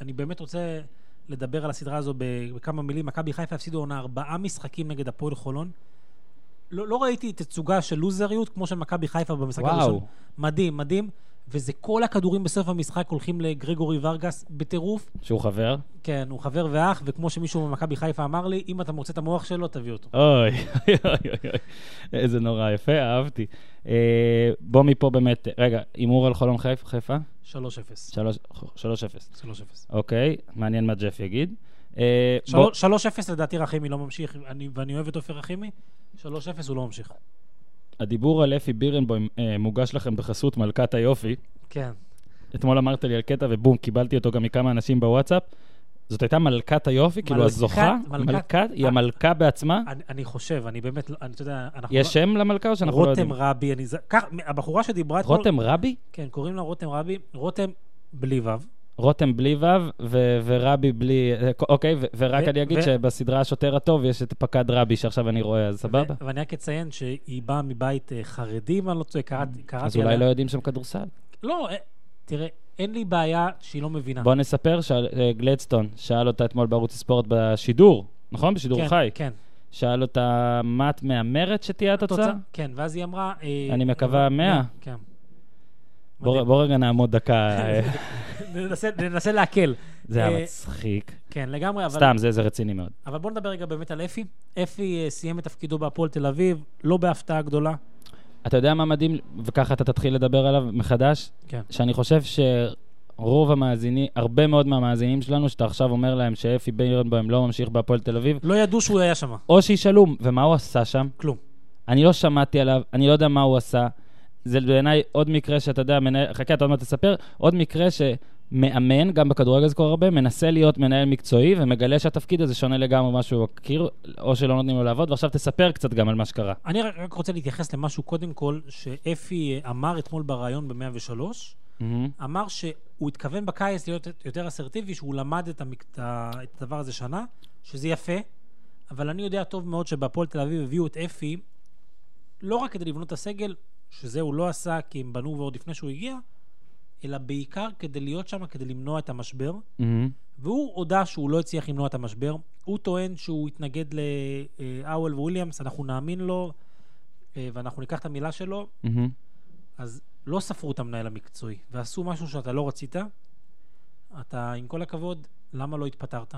אני באמת רוצה לדבר על הסדרה הזו ב- בכמה מילים. מכבי חיפה הפסידו עונה ארבעה משחקים נגד הפועל חולון. לא, לא ראיתי תצוגה של לוזריות כמו של מכבי חיפה במשחק וואו. הראשון. מדהים, מדהים. וזה כל הכדורים בסוף המשחק הולכים לגרגורי ורגס בטירוף. שהוא חבר. כן, הוא חבר ואח, וכמו שמישהו ממכבי חיפה אמר לי, אם אתה מוצא את המוח שלו, תביא אותו. אוי, אוי, אוי, אוי, איזה נורא יפה, אהבתי. אה, בוא מפה באמת, רגע, הימור על חולון חיפ- חיפה? 3-0. 3 3-0. 3-0. אוקיי, מעניין מה ג'ף יגיד. Uh, אה, בוא- 3-0 לדעתי רחימי לא ממשיך, אני- ואני אוהב את עופר רחימי, 3-0 הוא לא ממשיך. הדיבור על אפי בירנבוים אה, מוגש לכם בחסות מלכת היופי. כן. אתמול אמרת לי על קטע ובום, קיבלתי אותו גם מכמה אנשים בוואטסאפ. זאת הייתה מלכת היופי, כאילו מלכת- הזוכה, מלכת- מלכת, היא אה. המלכה בעצמה. אני, אני חושב, אני באמת, לא- אני אתה יודע, אנחנו... יש שם למלכה או שאנחנו לא רותם יודעים? רבי, אני... ז- כך, הבחורה שדיברה אתמול... רותם רבי? כן, קוראים לה רותם רבי, רותם בלי וו. רותם בלי וו ו- ורבי בלי... אה, אוקיי, ו- ורק ו- אני אגיד ו- שבסדרה השוטר הטוב יש את פקד רבי שעכשיו אני רואה, אז סבבה? ו- ואני רק אציין שהיא באה מבית אה, חרדי, אם אני לא טועה, קראת- קראתי עליה. אז אולי לא יודעים שם כדורסל. לא, אה, תראה, אין לי בעיה שהיא לא מבינה. בוא נספר שגלדסטון שאל אותה אתמול בערוץ הספורט בשידור, נכון? בשידור כן, חי. כן. שאל אותה, מה את מהמרת שתהיה התוצאה? כן, ואז היא אמרה... אה, אני מקווה 100. כן. בוא בוא רגע נעמוד דקה. אה, מדהים. ננסה- ננסה להקל. זה אה, היה מצחיק. כן, לגמרי, אבל... סתם, זה זה רציני מאוד. אבל בואו נדבר רגע באמת על אפי. אפי אה, סיים את תפקידו בהפועל תל אביב, לא בהפתעה גדולה. אתה יודע מה מדהים, וככה אתה תתחיל לדבר עליו מחדש? כן. שאני חושב שרוב המאזינים, הרבה מאוד מהמאזינים שלנו, שאתה עכשיו אומר להם שאפי בירנבוים לא ממשיך בהפועל תל אביב, לא ידעו שהוא היה שם. או שישאלו, ומה הוא עשה שם? כלום. אני לא שמעתי עליו, אני לא יודע מה הוא עשה. זה בעיניי עוד מקרה שאתה יודע, מנהל, חכה, אתה עוד מעט תספר, עוד מקרה שמאמן, גם בכדורגל זה קורה הרבה, מנסה להיות מנהל מקצועי ומגלה שהתפקיד הזה שונה לגמרי ממה שהוא מכיר, או שלא נותנים לו לעבוד, ועכשיו תספר קצת גם על מה שקרה. אני רק- רק רוצה להתייחס למשהו, קודם כל, שאפי אה, אמר אתמול בריאיון ב-103, אמר שהוא התכוון בקיץ להיות יותר אסרטיבי, שהוא למד את, המק... את ה- את הדבר הזה שנה, שזה יפה, אבל אני יודע טוב מאוד שבהפועל תל אביב הביאו את אפי, לא רק כדי לבנות את הסגל, שזה הוא לא עשה כי הם בנו ועוד לפני שהוא הגיע, אלא בעיקר כדי להיות שם, כדי למנוע את המשבר. מהמם. והוא הודה שהוא לא הצליח למנוע את המשבר. הוא טוען שהוא התנגד לאוול וויליאמס, אנחנו נאמין לו, אה, ואנחנו ניקח את המילה שלו, מהמם. אז לא ספרו את המנהל המקצועי, ועשו משהו שאתה לא רצית, אתה, עם כל הכבוד, למה לא התפטרת?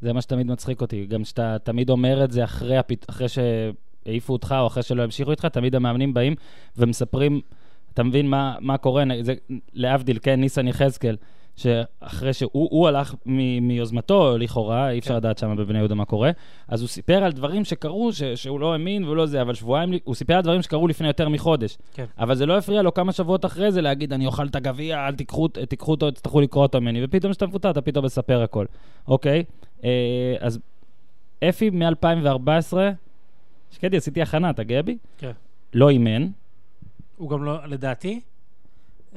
זה מה שתמיד מצחיק אותי, גם שאתה תמיד אומר את זה אחרי, הפת... אחרי שהעיפו אותך או אחרי שלא המשיכו איתך, תמיד המאמנים באים ומספרים, אתה מבין מה, מה קורה, נ- זה, להבדיל, כן, ניסן יחזקאל, שאחרי שהוא הוא הלך מ, מיוזמתו, לכאורה, אי אפשר כן. לדעת שם בבני יהודה מה קורה, אז הוא סיפר על דברים שקרו, ש, שהוא לא האמין והוא לא זה, אבל שבועיים, הוא סיפר על דברים שקרו לפני יותר מחודש. כן. אבל זה לא הפריע לו כמה שבועות אחרי זה להגיד, אני אוכל את הגביע, אל תיקחו, תיקחו אותו, תצטרכו לקרוא אותו ממני, ופתאום כשאתה מפוטר, אתה פתאום מספר הכל. אוקיי? אה, אז אפי מ-2014, שקדי, עשיתי הכנה, אתה גאה בי? כן. לא אימן, אה. הוא גם לא, לדעתי,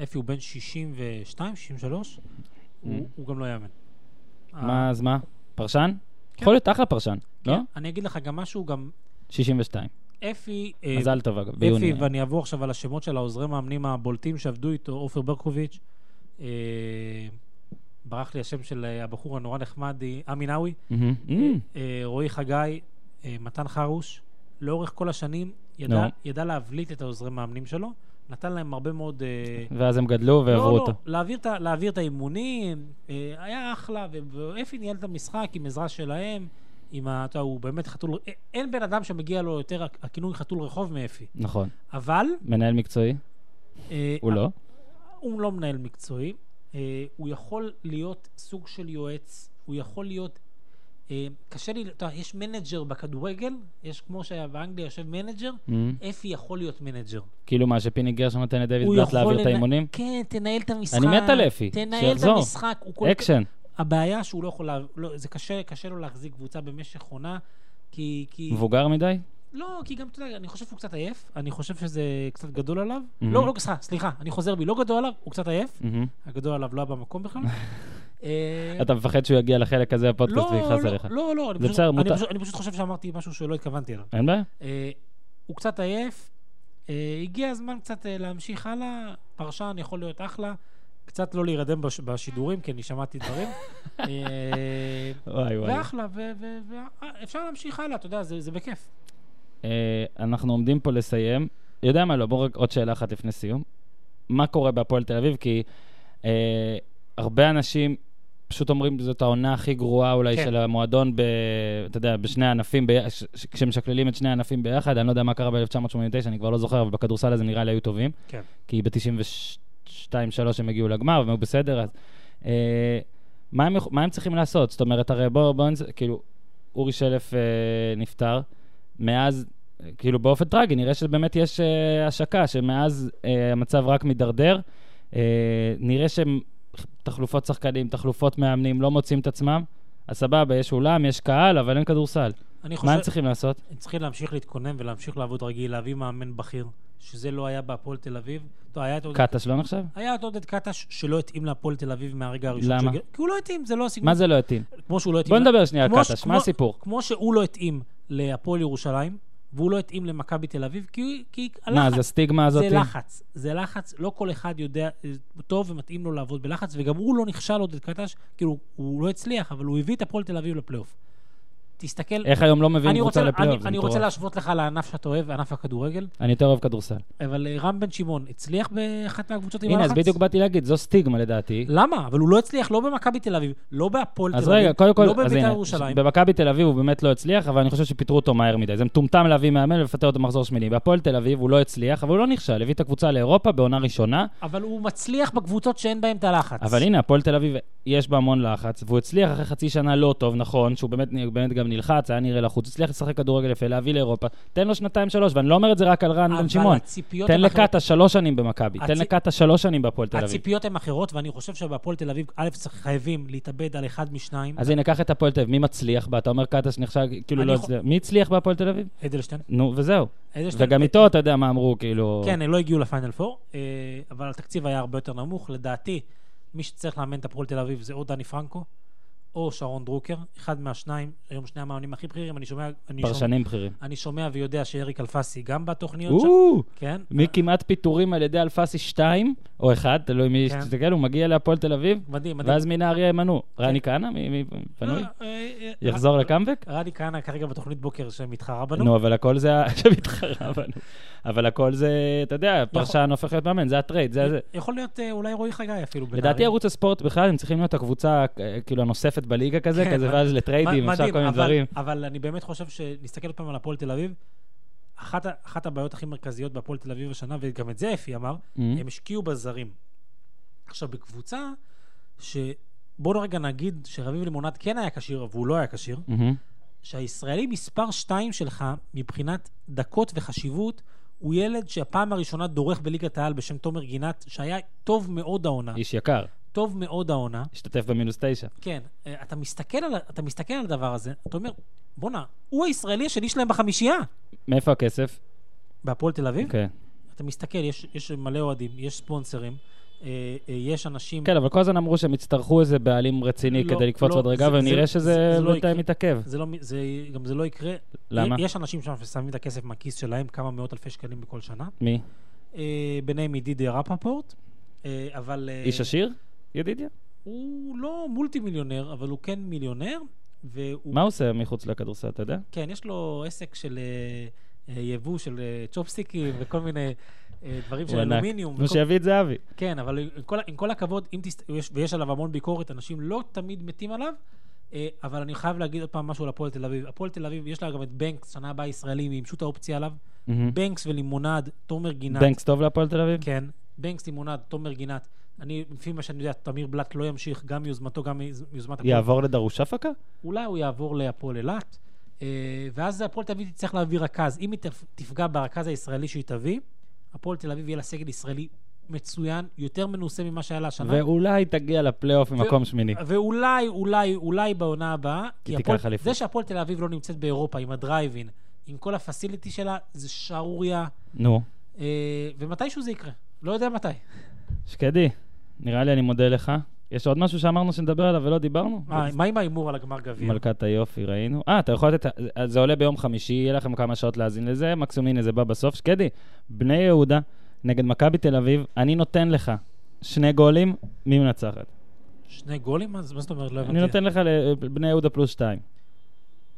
אפי הוא בן 62, 63, הוא, הוא גם לא יאמן. Mm. אה, מה, אז מה? פרשן? כן. יכול להיות אחלה פרשן, כן, לא? אני אגיד לך גם משהו, גם 62. אפי... אה, מזל טוב, אגב, ביוני. אה. אפי, ואני אעבור עכשיו על השמות של העוזרי מאמנים הבולטים שעבדו איתו, עופר ברקוביץ', אה, ברח לי השם של אה, הבחור הנורא נחמד, אה, אמינאווי, מהמם. Mm. מהמם. אה, רועי חגי, אה, מתן חרוש, לאורך כל השנים ידע, נו. ידע להבליט את העוזרי מאמנים שלו, נתן להם הרבה מאוד... אה, ואז הם גדלו ועברו לא, אותו. לא, להעביר את, ה- להעביר את האימונים, אה, היה אחלה, ו- ואפי ניהל את המשחק עם עזרה שלהם, עם ה... אתה יודע, הוא באמת חתול... אה, אין בן אדם שמגיע לו יותר הכ- הכינוי חתול רחוב מאפי. נכון. אבל... מנהל מקצועי? אה, הוא לא. הוא לא מנהל מקצועי, אה, הוא יכול להיות סוג של יועץ, הוא יכול להיות... אה, קשה לי, אתה יודע, יש מנג'ר בכדורגל, יש כמו שהיה באנגליה, יושב מנג'ר, מהמם. אפי יכול להיות מנג'ר. Mm. כאילו מה, שפיני גרשון נותן לדויד הוא בלאט יכול להעביר את לנה- האימונים? כן, תנהל את המשחק. אני מת על אפי, תנהל את שיחזור. המשחק. הוא כל- אקשן. הבעיה שהוא לא יכול... לה- לא, זה קשה, קשה לו להחזיק קבוצה במשך עונה, כי... כי... מבוגר מדי? לא, כי גם, אתה יודע, אני חושב שהוא קצת עייף, אני חושב שזה קצת גדול עליו. Mhm. לא, לא, סליחה, סליחה, אני חוזר בי, לא גדול עליו, הוא קצת עייף. מהמם. הגדול עליו לא היה במקום בכלל. אה, Mm-hmm. אתה מפחד שהוא יגיע לחלק הזה בפודקאסט לא, ויכעס לא, עליך. לא, לא, אני זה פשוט- בסדר, אני מותר. פשוט- אני פשוט חושב שאמרתי משהו שלא התכוונתי אליו. אין בעיה? אה, הוא קצת עייף, אה, הגיע הזמן קצת אה, להמשיך הלאה, פרשן יכול להיות אחלה, קצת לא להירדם בש- בשידורים, כי אני שמעתי דברים. אה, וואי וואי. ואחלה, ואפשר אה, להמשיך הלאה, אתה יודע, זה זה בכיף. אה, אנחנו עומדים פה לסיים. יודע מה לא, בואו רק עוד שאלה אחת לפני סיום. מה קורה בהפועל תל אביב? כי אה, הרבה אנשים פשוט אומרים, זאת העונה הכי גרועה אולי כן. של המועדון, ב, אתה יודע, בשני הענפים, ב, ש, ש, כשמשקללים את שני הענפים ביחד, אני לא יודע מה קרה ב-1989, אני כבר לא זוכר, אבל בכדורסל הזה נראה לי היו טובים. כן. כי ב-92-3 הם הגיעו לגמר, והם היו בסדר, אז... אה, מה הם, יכו- מה הם צריכים לעשות? זאת אומרת, הרי בואו, בוא, נס- כאילו, אורי שלף אה, נפטר, מאז, אה, כאילו באופן טרגי, נראה שבאמת יש אה, השקה, שמאז אה, המצב רק מידרדר. אה, נראה שהם תחלופות שחקנים, תחלופות מאמנים, לא מוצאים את עצמם. אז סבבה, יש אולם, יש קהל, אבל אין כדורסל. אני חושב... מה הם צריכים לעשות? הם צריכים להמשיך להתכונן ולהמשיך לעבוד רגיל, להביא מאמן בכיר, שזה לא היה בהפועל תל אביב. טוב, היה את עודד- קטש לא נחשב? היה את עודד קטש שלא התאים להפועל תל אביב מהרגע הראשון. למה? שהגיע- כי הוא לא התאים, זה לא הסגנון. מה זה לא התאים? כמו שהוא לא התאים... בוא נדבר שנייה על כמו ש- קטש, כמו- מה הסיפור? כמו שהוא לא התאים להפועל ירושלים, והוא לא התאים למכבי תל אביב, כי, כי מה, זה הלחץ- הסטיגמה הזאת? זה לחץ, זה לחץ, לא כל אחד יודע אה, טוב ומתאים לו לעבוד בלחץ, וגם הוא לא נכשל עודד קטש, כאילו, הוא לא הצליח, אבל הוא הביא את הפועל תל אביב לפלייאוף. תסתכל, איך היום לא מביאים אני קבוצה רוצה, אני, לפלייאוף? זה אני רוצה מטורף. להשוות לך לענף שאתה אוהב, ענף הכדורגל, אני יותר אוהב כדורסל. אבל אה, רם בן שמעון הצליח באחת מהקבוצות עם הנה, הלחץ? אז בדיוק באתי להגיד, זו סטיגמה לדעתי. למה? אבל הוא לא הצליח לא במכבי תל אביב, לא בהפועל תל אז אביב, רגע, קודם כל, לא אז בבית"ר הנה, ירושלים. במכבי תל אביב הוא באמת לא הצליח, אבל אני חושב שפיטרו אותו מהר מדי. זה מטומטם להביא מאמן ולפטר אותו במחזור שמיני. בהפועל תל אביב הוא לא הצליח, אבל הוא לא נכשל, הביא את הקבוצה לאירופה בעונה ראשונה, אבל הוא מצליח בקבוצות שאין בהן את הלחץ. אבל הנה, הפועל תל אביב, יש בה המון לחץ, והוא הצליח אחרי חצי שנה לא טוב, נכון, שהוא באמת, באמת גם נלחץ, היה נראה לחוץ, הצליח לשחק כדורגל יפה, להביא לאירופה. תן לו שנתיים-שלוש, ואני לא אומר את זה רק על רן בן אבל שמעון. הציפיות תן הן אחרות. לקאטה שלוש שנים במכבי, תן הצי- לקאטה שלוש שנים בהפועל תל אביב. הציפיות הן אחרות, ואני חושב שבהפועל תל אביב, א', צריך- חייבים להתאבד על אחד משניים. אז הנה, קח את הפועל תל אביב, מי מצליח בה? אתה אומר קאטה שנחשב, כאילו אני לא... חו- הצליח. מי הצליח בהפועל תל אביב? אדלשטיין. נו, וזהו. אדלשטיין- אה, וגם איתו, אתה יודע מה אמרו, כאילו... כן, הם לא הגיעו לפיינל פור, אה, אבל התקציב היה הרבה יותר נמוך. לדעתי, מי שצריך לאמן את הפועל תל אביב זה או דני פרנקו, או שרון דרוקר, אחד מהשניים, היום שני המאמנים הכי בכירים, אני שומע... אני שומע- פרשנים בכירים. אני שומע ויודע שאריק אלפסי גם בתוכניות שם, או, כן? מכמעט פיטורים על ידי אלפסי 2, או 1, תלוי מי כן. שתסתכל, הוא מגיע להפועל תל אביב, מדהים, מדהים. כן. ואז מנהריה ימנו. רני כהנא, מי מי- פנוי? אה, אה, אה, יחזור אה, לקאמבק? רני כהנא כרגע בתוכנית בוקר שמתחרה בנו. נו, אבל הכל זה... ה- שמתחרה בנו. אבל הכל זה, אתה נכון. יודע, פרשן הופך להיות מאמן, זה הטרייד, זה... זה- יכול להיות אה, אולי רועי חגי אפילו. לדעתי בנהריה. ערוץ הספורט בכלל, הם צריכים להיות הקבוצה אה, כאילו הנוספת בליגה כזה, כן, כזה מד- ואז לטריידים, מ- אפשר מדהים, כל מיני אבל- דברים. אבל אני באמת חושב שנסתכל עוד פעם על הפועל תל אביב. אחת, ה- אחת הבעיות הכי מרכזיות בהפועל תל אביב השנה, וגם את זה אפי אמר, Mm-hmm. הם השקיעו בזרים. עכשיו, בקבוצה ש... בואו רגע נגיד שרביב לימונד כן היה כשיר, והוא לא היה כשיר, מהמם. שהישראלי מספר 2 שלך, מבחינת דקות וחשיבות, הוא ילד שהפעם הראשונה דורך בליגת העל בשם תומר גינת, שהיה טוב מאוד העונה. איש יקר, טוב מאוד העונה. השתתף במינוס תשע. כן, אה, אתה מסתכל על, ה- אתה מסתכל על הדבר הזה, אתה אומר, בואנה, הוא הישראלי השני שלהם בחמישייה. מאיפה הכסף? בהפועל תל אביב, כן. אתה מסתכל, יש, יש מלא אוהדים, יש ספונסרים, אה, אה, יש אנשים... כן, אבל כל הזמן אמרו שהם יצטרכו איזה בעלים רציני לא, כדי לקפוץ לא, בדרגה, זה- ונראה זה- שזה זה- זה לא בינתיים יקרה. מתעכב. זה לא, מ- זה, גם זה לא יקרה. למה? יש אנשים שם ששמים את הכסף מהכיס שלהם, כמה מאות אלפי שקלים בכל שנה. מי? אה, ביניהם ידידי רפפורט, אה, אבל... אה, איש עשיר? ידידיה? הוא לא מולטי מיליונר, אבל הוא כן מיליונר, והוא... מה הוא עושה מחוץ לכדורסל, אתה יודע? כן, יש לו עסק של אה, אה, יבוא של אה, צ'ופסטיקים וכל מיני אה, דברים של הוא ענק. אלומיניום. נו, וכל- שיביא את זהבי. כן, אבל עם כל, עם כל הכבוד, אם תסת... ויש, ויש עליו המון ביקורת, אנשים לא תמיד מתים עליו, אה, אבל אני חייב להגיד עוד פעם משהו על הפועל תל אביב. הפועל תל אביב, יש לה גם את בנקס, שנה הבאה ישראלי, מימשו את האופציה עליו. מהמם. בנקס ולימונד, תומר גינת. Mm-hmm. בנקס טוב להפועל תל אביב? כן, בנקס, לימונד, תומר גינת. אני, לפי מה שאני יודע, תמיר בלאט לא ימשיך, גם מיוזמתו, גם מיוז- מיוזמת הפועל. יעבור לדרוש הפקה? אולי הוא יעבור להפועל אילת, אה, ואז הפועל תל אביב תצטרך להביא רכז. אם היא תפ- תפגע ברכז הישראלי שהיא תביא, הפועל תל אביב יהיה לה סגל ישראלי מצוין, יותר מנוסה ממה שהיה לה השנה. ואולי תגיע לפלייאוף ממקום שמיני. ואולי, אולי, אולי בעונה הבאה, כי היא הפועל- תיקח אליפות. זה שהפועל תל אביב לא נמצאת באירופה עם הדרייבין, עם כל הפסיליטי שלה, זה שערורייה, נו. אה, ומתישהו זה יקרה. לא יודע מתי. שקדי, נראה לי אני מודה לך. יש עוד משהו שאמרנו שנדבר עליו ולא דיברנו? מה- מה עם ההימור על הגמר גביע? מלכת היופי, ראינו. אה, אתה יכול לתת... אז זה עולה ביום חמישי, יהיה לכם כמה שעות להאזין לזה, מקסימום הנה זה בא בסוף. שקדי, בני יהודה נגד מכבי תל אביב, אני נותן לך שני גולים, מי מנצחת? שני גולים? מה זה- מה זאת אומרת? לא הבנתי. אני נותן לך לבני יהודה פלוס שתיים.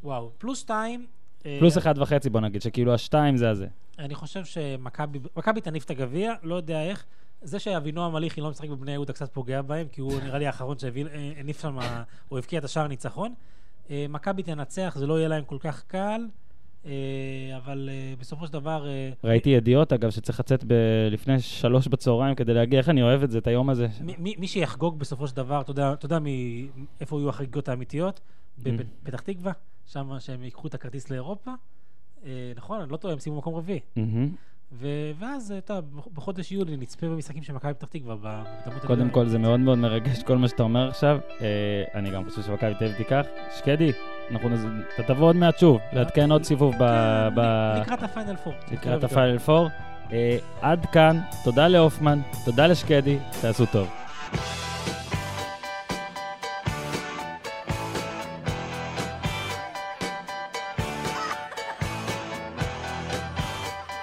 וואו. פלוס שתיים. אה, פלוס אחד וחצי, בוא נגיד, שכאילו השתיים זה הזה. אני חושב שמכבי מכבי תניף את הגביע, לא יודע איך. זה שאבינועם מליחי לא משחק בבני יהודה קצת פוגע בהם, כי הוא נראה לי האחרון שהביא- אה, הניף שם, הוא הבקיע את השער ניצחון. אה, מכבי תנצח, זה לא יהיה להם כל כך קל. אה, אבל אה, בסופו של דבר... אה, ראיתי ידיעות, אגב, שצריך לצאת ב- לפני שלוש בצהריים כדי להגיע, איך אני אוהב את זה, את היום הזה. מי- מי מי שיחגוג בסופו של דבר, אתה יודע- אתה יודע מ- איפה יהיו החגיגות האמיתיות? בפתח תקווה, שם שהם ייקחו את הכרטיס לאירופה. אה, נכון, אני לא טועה, הם סיימו מקום רביעי. מהמם. ו- ואז, אה, אתה יודע, בח- בחודש יולי נצפה במשחקים של מכבי פתח תקווה במוקדמות קודם כל, זה מאוד מאוד מרגש כל מה שאתה אומר עכשיו. אה, אני גם חושב שמכבי תל אביב תיקח. שקדי, אנחנו נז... אתה תבוא עוד מעט שוב, לעדכן עוד סיבוב ב... כן, ב... לקראת הפיינל פור. כן, לקראת הפיינל פור. אה, עד כאן, תודה להופמן, תודה לשקדי, תעשו טוב.